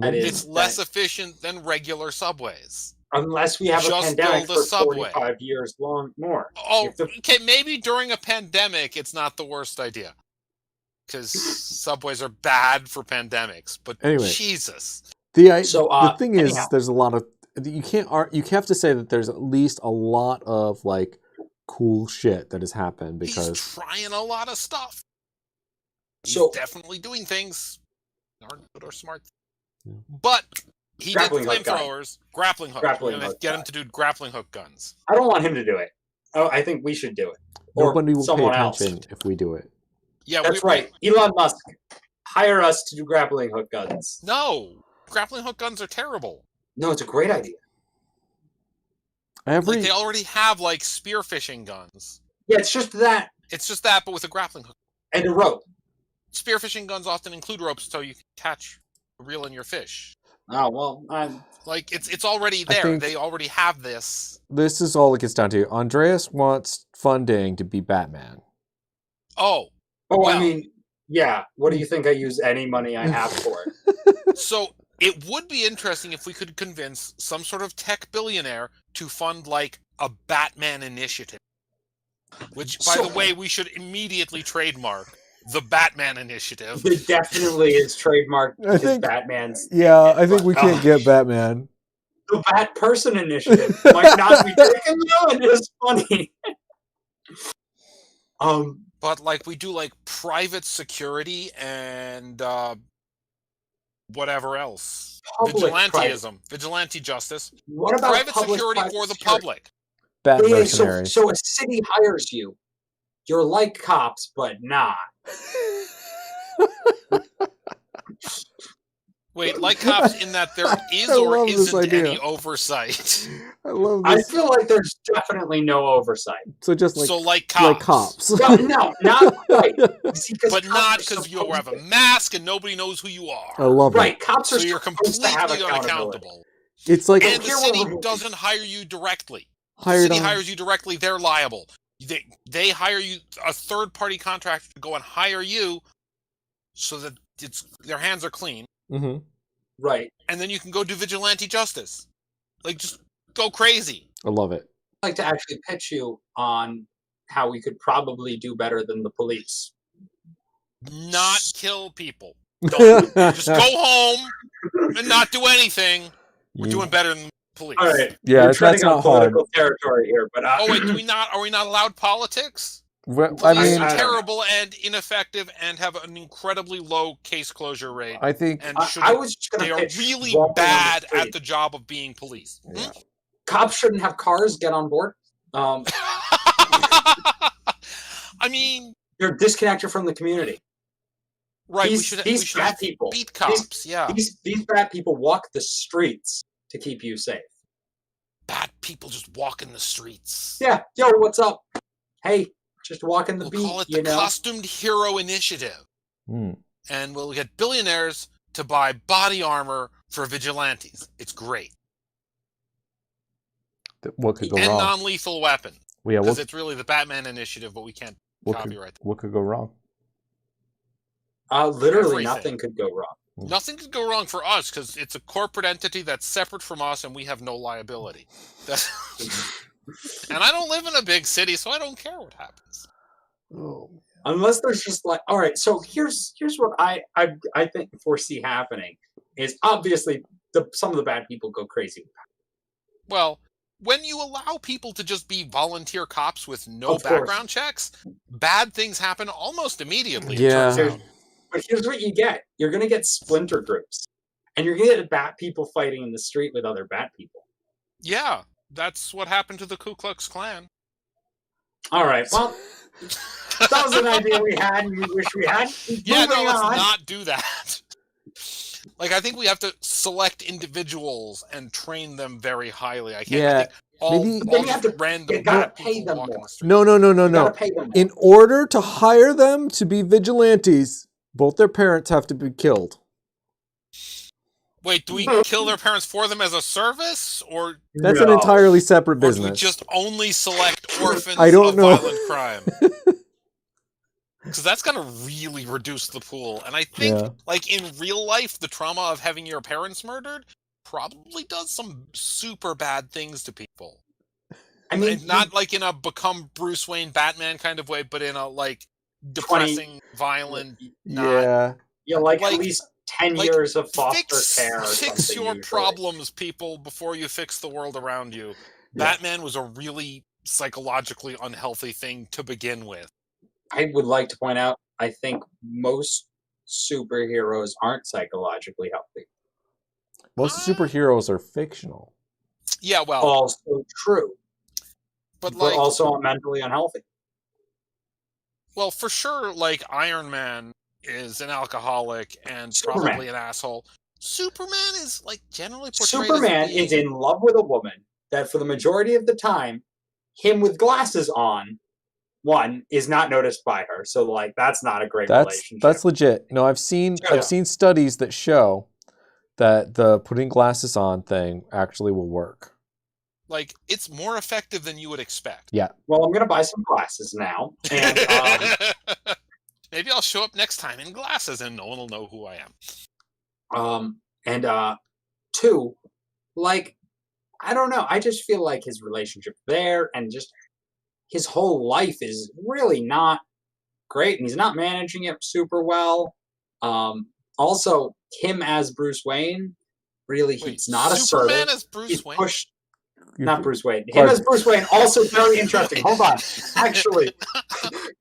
That is- It's less that- efficient than regular subways. Unless we have a Just pandemic build a for subway. 45 years long more. Oh, If the- okay. Maybe during a pandemic, it's not the worst idea because subways are bad for pandemics. But Anyway. Jesus, The, I, So, uh, the thing is, anyhow. there's a lot of you can't ar- you have to say that there's at least a lot of like cool shit that has happened he's because trying a lot of stuff. He's So- definitely doing things that aren't good or smart. Yeah. But he Grappling did hook guy. flamethrowers, grappling hook. Grappling We're gonna hook get guy. him to do grappling hook guns. I don't want him to do it. Oh, I think we should do it. Or nobody will pay someone else. attention if we do it. Yeah, That's we- right. Elon Musk, hire us to do grappling hook guns. No, grappling hook guns are terrible. No, it's a great idea. Every Like they already have like spear fishing guns. Yeah, it's just that It's just that, but with a grappling hook. and a rope. spearfishing guns often include ropes so you can catch reel in your fish Oh, well, I'm, like it's it's already I there think- they already have this this is all it gets down to. Andreas wants funding to be Batman. oh oh, I Well- mean, yeah. What do you think I use any money I have <laughs> for? so it would be interesting if we could convince some sort of tech billionaire to fund like a batman initiative which by So- the way we should immediately trademark the <laughs> batman initiative It definitely is trademarked I is think- Batman's. Yeah, I think we can't get Batman. The Bat Person Initiative might not be taken though, and it is funny. um, but like we do like private security and uh whatever else public private. vigilanteism vigilante justice What about private public security private for the security? public Bat Yeah, yeah, so, <laughs> mercenary. so a city hires you. You're like cops, but not. <laughs> Wait, like cops in that there is I love or this isn't any idea. oversight. I love I this. feel like there's definitely no oversight. so just like so like cops. like cops. <laughs> No, <laughs> no, not quite. See, 'cause But cops not are because you supposed have a to- mask and nobody knows who you are. I love it. Right, cops are so you're supposed to completely Oh, have accountability. unaccountable. It's like And the Here we're city removing- doesn't hire you directly. The hired city on. hires you directly, they're liable. They they hire you a third party contractor to go and hire you so that it's their hands are clean. Mhm. Mm-hmm. Right, And then you can go do vigilante justice. Like just go crazy. I love it. I'd like to actually pitch you on how we could probably do better than the police. Not kill people. Don't. <laughs> just go home and not do anything. We're doing better than the police. All right, yeah, we're it's, that's treading on not hard. political territory here, but uh, Oh wait, do <clears throat> we not are we not allowed politics? Well, I Police mean, are I- terrible and ineffective and have an incredibly low case closure rate. I think and I, should I was just going they to are pitch really walking on the bad street. at the job of being police. Yeah. cops shouldn't have cars. Get on board. Um, <laughs> I mean, you're disconnected from the community. right? these we should, we these should bad people. beat cops. yeah, These these bad people walk the streets to keep you safe. bad people just walk in the streets. Yeah, yo, what's up? Hey, just walking the we'll beat. call it you the know, Costumed Hero Initiative, hmm, and we'll get billionaires to buy body armor for vigilantes. It's great th- what could go and wrong? non-lethal weapon Well, yeah, because what, it's really the Batman Initiative, but we can't what could copyright. what could go wrong? uh, literally everything. nothing could go wrong. Mm. Nothing could go wrong for us because it's a corporate entity that's separate from us, and we have no liability. That's and I don't live in a big city, so I don't care what happens. Oh, unless there's just like all right so here's here's what i i, I think foresee happening is obviously the, some of the bad people go crazy Well, when you allow people to just be volunteer cops with no Of course. background checks, bad things happen almost immediately. it Yeah. turns out. but here's what you get you're gonna get splinter groups and you're gonna get bat people fighting in the street with other bat people yeah, that's what happened to the Ku Klux Klan. all right <laughs> well that was an idea we had and we wish we had Yeah, no, Moving let's on. not do that. <laughs> like, I think we have to select individuals and train them very highly. I can't Yeah, I think all, maybe- all Then you just have to- random. you gotta people pay them walking more. the street. No, no, no, no, You no. gotta pay them In order to hire them to be vigilantes, both their parents have to be killed. Wait, do we No. kill their parents for them as a service, or That's an No. entirely separate Or do we business. just only select orphans I don't of know. violent crime? Because that's going to really reduce the pool. And I think, Yeah. like, in real life, the trauma of having your parents murdered probably does some super bad things to people. i mean And not, like, in a become Bruce Wayne Batman kind of way, but in a, like, depressing, violent. not- yeah. you like, like- at least 10 like, years of foster Fix, care or fix something your usually. problems, people, before you fix the world around you. Batman was a really psychologically unhealthy thing to begin with. I would like to point out, I think most superheroes aren't psychologically healthy. Most superheroes are fictional. Yeah, well, Also true, Oh. but but like, also are mentally unhealthy. well, for sure, like Iron Man is an alcoholic and Superman. probably an asshole. Superman is like generally portrayed. Superman as being, is in love with a woman that, for the majority of the time, him with glasses on, one is not noticed by her. So, like, that's not a great That's relationship. that's legit. No, I've seen Yeah. I've seen studies that show that the putting glasses on thing actually will work. like it's more effective than you would expect. well, I'm gonna buy some glasses now, and <laughs> um, Maybe I'll show up next time in glasses and no one will know who I am. um, and uh, two, like, I don't know. I just feel like his relationship there and just his whole life is really not great and he's not managing it super well. Um, also, him as Bruce Wayne, really, he's not Superman assertive. is Bruce He's Wayne. pushed. You- Not Bruce Wayne. Him Clark. as Bruce Wayne, also very interesting. Hold <laughs> on. Actually,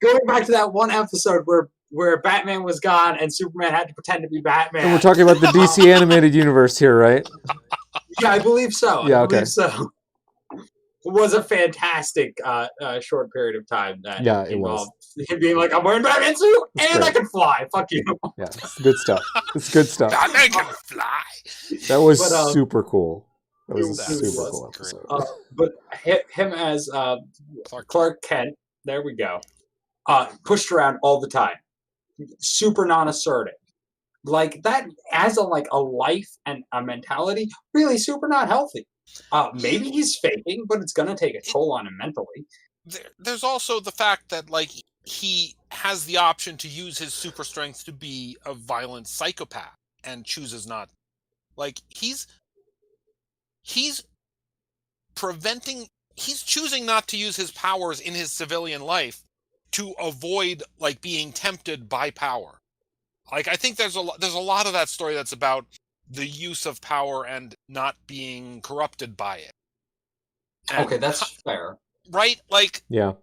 going back to that one episode where where Batman was gone and Superman had to pretend to be Batman. And we're talking about the <laughs> DC animated universe here, right? Yeah, I believe so. <laughs> Yeah, I okay. believe so. was a fantastic uh, uh, short period of time that Yeah, it was. involved him being like, I'm wearing Batman suit It's and I great. can fly. Fuck you. <laughs> Yeah, it's good stuff. It's good stuff. Batman can fly. That was But, um, super cool. That was a it was- super it cool was great. episode. Uh, but hi- him as uh, Clark. Clark Kent, there we go, uh, pushed around all the time, super non-assertive. Like that as a like a life and a mentality, really super not healthy. Uh, maybe he's faking, but it's gonna take a toll on him mentally. There, there's also the fact that like he has the option to use his super strength to be a violent psychopath and chooses not. Like he's he's preventing he's choosing not to use his powers in his civilian life to avoid like being tempted by power. Like I think there's a lo- there's a lot of that story that's about the use of power and not being corrupted by it. And Okay, that's fair. right. Like Yeah.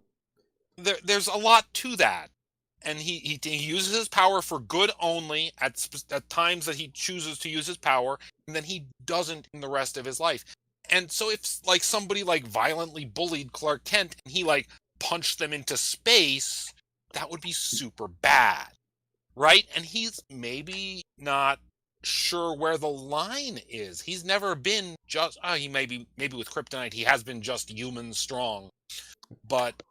there, there's a lot to that, and he, he he uses his power for good only at sp- at times that he chooses to use his power, and then he doesn't in the rest of his life. And so if like somebody like violently bullied Clark Kent and he like punched them into space, that would be super bad, right? And he's maybe not sure where the line is. He's never been just. Oh, he maybe maybe with Kryptonite he has been just human strong, but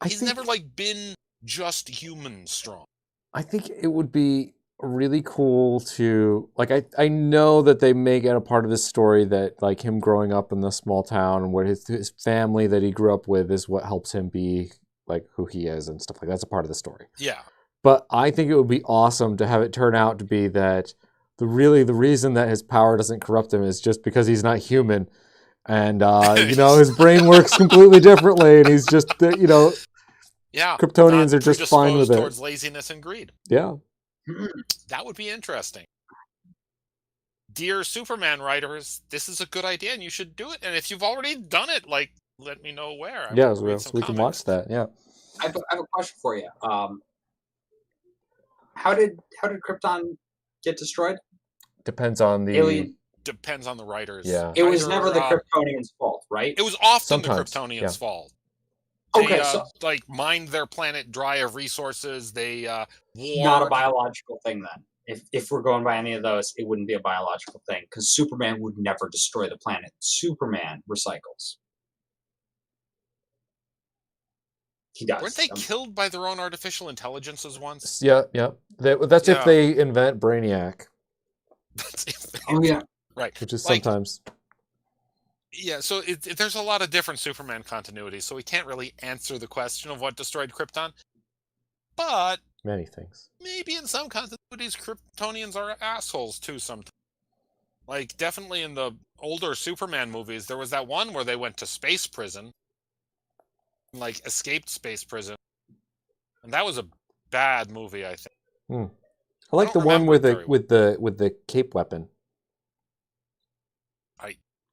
I he's think- never like been just human strong. I think it would be really cool to like I, I know that they make it a part of this story that like him growing up in the small town and where his his family that he grew up with is what helps him be like who he is and stuff like that's a part of the story. Yeah. But I think it would be awesome to have it turn out to be that the really the reason that his power doesn't corrupt him is just because he's not human, and uh, you know his brain works completely differently, and he's just you know Yeah. Kryptonians not are just fine predisposed with it. towards laziness and greed. Yeah, That would be interesting. Dear Superman writers, this is a good idea and you should do it. And if you've already done it, like let me know where. I yeah, wanna so read some we can comics. watch that. Yeah. I have, a, I have a question for you. Um, how did how did Krypton get destroyed? Depends on the Alien. Depends on the writers. Yeah. It was Either, never the uh, Kryptonians' fault, right? It was often Sometimes, the Kryptonians' yeah. fault. They, Okay, uh, so like mined their planet dry of resources. They uh, war. not a biological thing then. If if we're going by any of those, it wouldn't be a biological thing because Superman would never destroy the planet. Superman recycles. He does. Weren't they Um, killed by their own artificial intelligences once? <laughs> Yeah, yeah. That, that's Yeah. if they invent Brainiac, That's if they- oh yeah. right. which is Like- sometimes Yeah, so it, it- there's a lot of different Superman continuities, so we can't really answer the question of what destroyed Krypton. But many things. maybe in some continuities, Kryptonians are assholes too sometimes. Like, definitely in the older Superman movies, there was that one where they went to space prison, like, escaped space prison. And that was a bad movie, I think. I like the don't one remember with it the very well. with the with the cape weapon.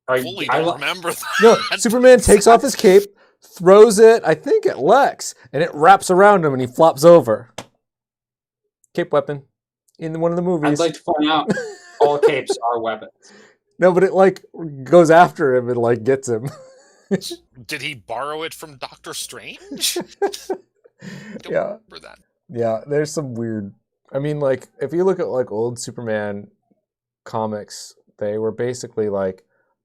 I, Fully I don't li- remember that. <laughs> No, Superman takes off his cape, throws it, I think at Lex, and it wraps around him and he flops over. Cape weapon in one of the I'd movies. like to point out all capes are weapons. <laughs> no, but it like goes after him and like gets him. <laughs> Did he borrow it from Doctor Strange? Don't yeah. remember that. Yeah, there's some weird I mean, like if you look at like old Superman comics, they were basically like,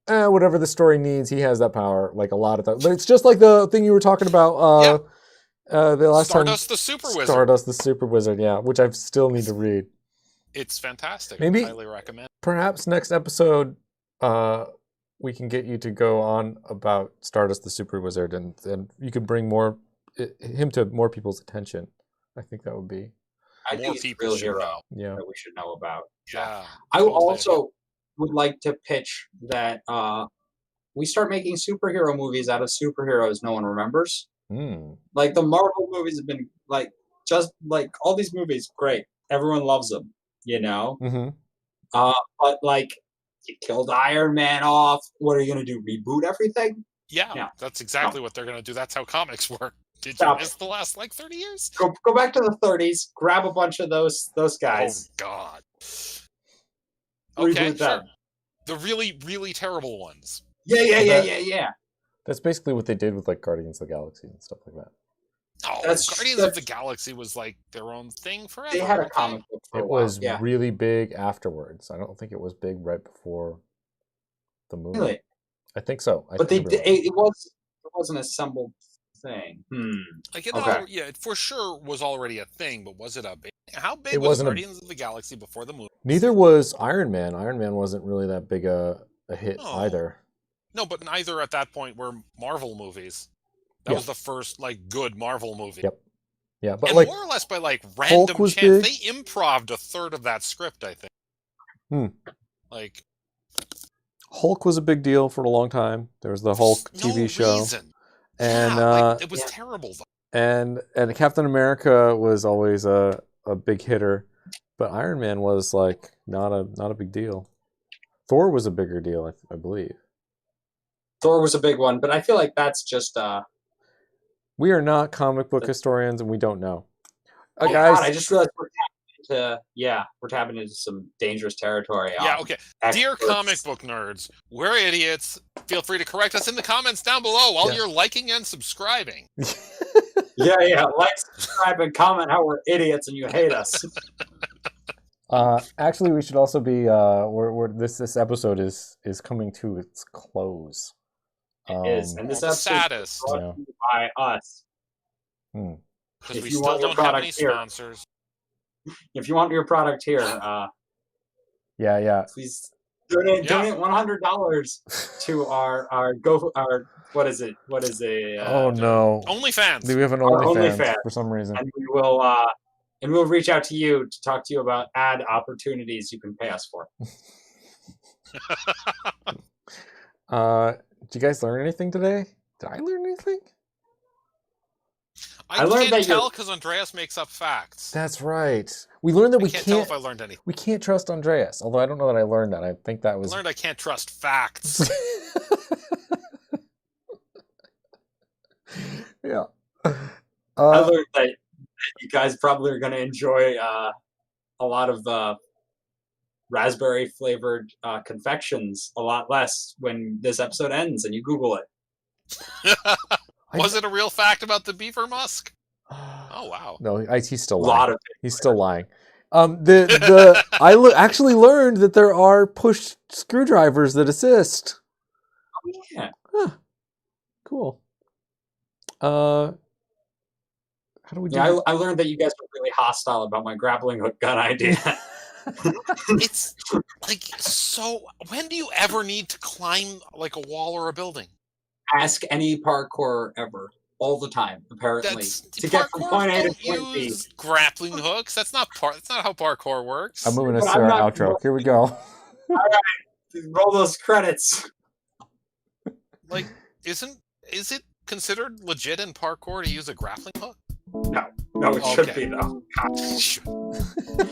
eh, whatever the story needs, he has that power. Like a lot of times, but it's just like the thing you were talking about uh, uh, the last Stardust the Super time. Wizard. Stardust the Super Wizard, yeah, which I still need to read. It's fantastic. Maybe- highly recommend. Perhaps next episode, uh, we can get you to go on about Stardust the Super Wizard, and and you could bring more i him to more people's attention. I think that would be I More think it's a people real should hero know. yeah. that we should know about. Yeah. I totally. also would like to pitch that uh, we start making superhero movies out of superheroes no one remembers. Mm. Like the Marvel movies have been like just like all these movies, great. Everyone loves them, you know. hmm Uh, but like you killed Iron Man off. What are you gonna do? Reboot everything? Yeah, Yeah. that's exactly what they're going to do. That's how comics <laughs> work. Did you Stop miss the last like 30 years? Go go back to the 30s. Grab a bunch of those those guys. Oh, God. Reboot Okay, sure. them. The really, really terrible ones. Yeah, yeah, yeah, That- yeah, yeah. That's basically what they did with like Guardians of the Galaxy and stuff like that. No, That's- Oh, Guardians of that's- the Galaxy was like their own thing forever. They had a right? comic book for a It while. was Oh, yeah, really big afterwards. I don't think it was big right before the movie. really. I think so. I But they think did, you're right. it, it was it was an assembled thing. Hmm. Like it Okay. al- yeah, it for sure was already a thing, but was it a big? How big It was wasn't a- Guardians of the Galaxy before the movie? Neither was Iron Man. Iron Man wasn't really that big a, a hit Oh. No. either. No, but neither at that point were Marvel movies. That Yeah. was the first like good Marvel movie. Yep. Yeah, but and like more or less by like random was chance, big. they improved a third of that script. I think. Hmm. Like Hulk was a big deal for a long time. There was the Hulk no TV show. reason. And Yeah, uh like, it was yeah. terrible. Though. and and Captain America was always a, a big hitter, but Iron Man was like not a not a big deal. Thor was a bigger deal, I, I believe. Thor was a big one, but I feel like that's just uh We are not comic book historians, and we don't know. Uh, oh guys, God, I just realized we're tapping into yeah, we're tapping into some dangerous territory. Yeah. on Okay. Dear experts. comic book nerds, we're idiots. Feel free to correct us in the comments down below while Yeah. you're liking and subscribing. <laughs> Yeah, yeah. Like, subscribe, and comment how we're idiots and you <laughs> hate us. Uh, actually, we should also be. Uh, we're, we're this this episode is is coming to its close. Um, is and this All episode the is saddest brought Yeah. to you by us. because If you we still want your don't have product any here. sponsors. If you want your product here, uh, yeah, yeah. please donate Yeah. donate one hundred dollars to our our go our what is it what is a <laughs> uh, oh no! OnlyFans. Do we have an Our OnlyFans OnlyFans. for some reason? and we will uh, and we'll reach out to you to talk to you about ad opportunities you can pay us for. Uh, did you guys learn anything today? Did I learn anything? I, I learned can't that you're- tell because Andreas makes up facts. That's right. We learned that I we can't, can't. tell if I <laughs> learned anything. we can't trust Andreas. Although I don't know that I learned that. I think that I was. learned I can't trust facts. <laughs> yeah. I Uh, learned that you guys probably are going to enjoy uh, a lot of uh, raspberry flavored uh, confections a lot less when this episode ends and you Google it. <laughs> I- <laughs> Was it a real fact about the beaver musk? <sighs> Oh <laughs> wow. No, I, he's still A lying. lot of it. He's <laughs> still lying. Um, the the I le- actually learned that there are push screwdrivers that assist. Oh, yeah. Cool. Uh, how do we do? yeah I, I learned that you guys were really hostile about my grappling hook gun <laughs> idea. It's like so. When do you ever need to climb like a wall or a building? Ask any parkour ever, all the time, apparently. That's to get from parkour point A to don't point B. use grappling hooks. That's not part. That's not how parkour works. I'm moving us But to I'm our not- outro. Here we go. <laughs> Roll those credits. like, isn't is it considered legit in parkour to use a grappling hook? <laughs> No, it should Okay. be, though. Sure.